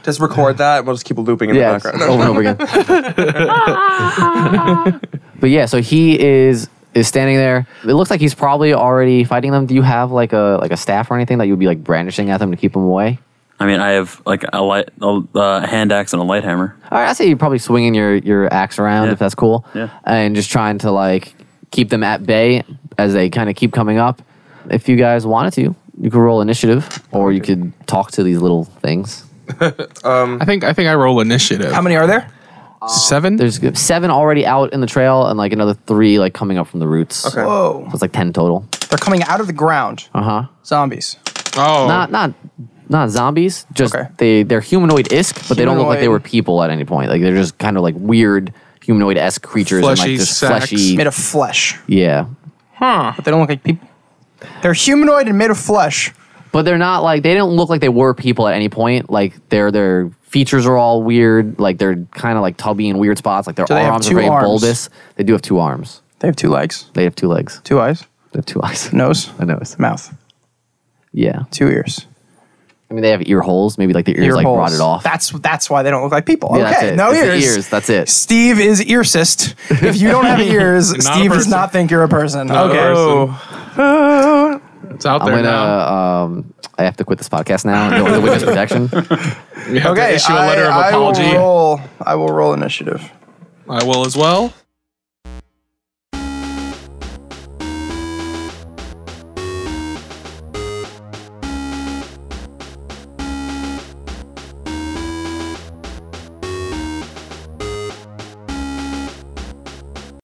Speaker 5: just record that. and We'll just keep looping in
Speaker 1: Yeah,
Speaker 5: the background.
Speaker 1: over and over again. [laughs] but yeah, so he is is standing there. It looks like he's probably already fighting them. Do you have like a like a staff or anything that you'd be like brandishing at them to keep them away?
Speaker 4: I mean, I have like a light, a uh, hand axe and a light hammer.
Speaker 1: All right, I say you're probably swinging your your axe around
Speaker 4: Yeah.
Speaker 1: if that's cool,
Speaker 4: Yeah.
Speaker 1: and just trying to like keep them at bay as they kind of keep coming up. If you guys wanted to, you could roll initiative, or you could talk to these little things.
Speaker 2: I think I think I roll initiative.
Speaker 3: How many are there?
Speaker 2: Seven?
Speaker 1: There's seven already out in the trail, and like another three like coming up from the roots. Okay, so
Speaker 3: Whoa.
Speaker 1: it's like ten total.
Speaker 3: They're coming out of the ground.
Speaker 1: Uh huh.
Speaker 3: Zombies.
Speaker 2: oh.
Speaker 1: not not not zombies. Just
Speaker 3: Okay.
Speaker 1: they they're humanoid isk, but they don't look like they were
Speaker 3: Humanoid.
Speaker 1: people at any point. Like they're just kind of like weird humanoid esque creatures and
Speaker 2: Fleshy
Speaker 1: like just
Speaker 2: sacks.
Speaker 1: fleshy.
Speaker 3: Made of flesh.
Speaker 1: yeah,
Speaker 2: huh.
Speaker 3: But they don't look like people. They're humanoid and made of flesh.
Speaker 1: but they're not like they don't look like they were people at any point. Like their their features are all weird. Like they're kind of like tubby in weird spots. Like their
Speaker 3: they have
Speaker 1: arms are
Speaker 3: two
Speaker 1: very
Speaker 3: arms?
Speaker 1: bulbous. They do have two arms.
Speaker 3: They have two legs,
Speaker 1: They have two legs.
Speaker 3: two eyes,
Speaker 1: They have two eyes. [laughs]
Speaker 3: nose,
Speaker 1: I know. it's-
Speaker 3: mouth,
Speaker 1: Yeah,
Speaker 3: two ears.
Speaker 1: I mean they have ear holes. Maybe like their ears
Speaker 3: Ear
Speaker 1: like
Speaker 3: holes.
Speaker 1: rotted off.
Speaker 3: That's that's why they don't look like people.
Speaker 1: yeah,
Speaker 3: okay,
Speaker 1: that's it.
Speaker 3: no
Speaker 1: It's the
Speaker 3: ears.
Speaker 1: ears. That's it.
Speaker 3: Steve is earsist. If you don't have ears,
Speaker 2: Not a
Speaker 3: Steve does
Speaker 2: person.
Speaker 3: not think you're a person. okay. Oh.
Speaker 2: It's out
Speaker 1: I'm
Speaker 2: there
Speaker 1: gonna.
Speaker 2: now.
Speaker 1: Um, I have to quit this podcast now. No, the witness
Speaker 2: [laughs]
Speaker 1: protection.
Speaker 2: You have to
Speaker 3: Okay.
Speaker 2: issue a letter of
Speaker 3: I,
Speaker 2: apology.
Speaker 3: I will roll. I will roll initiative.
Speaker 2: I will as well.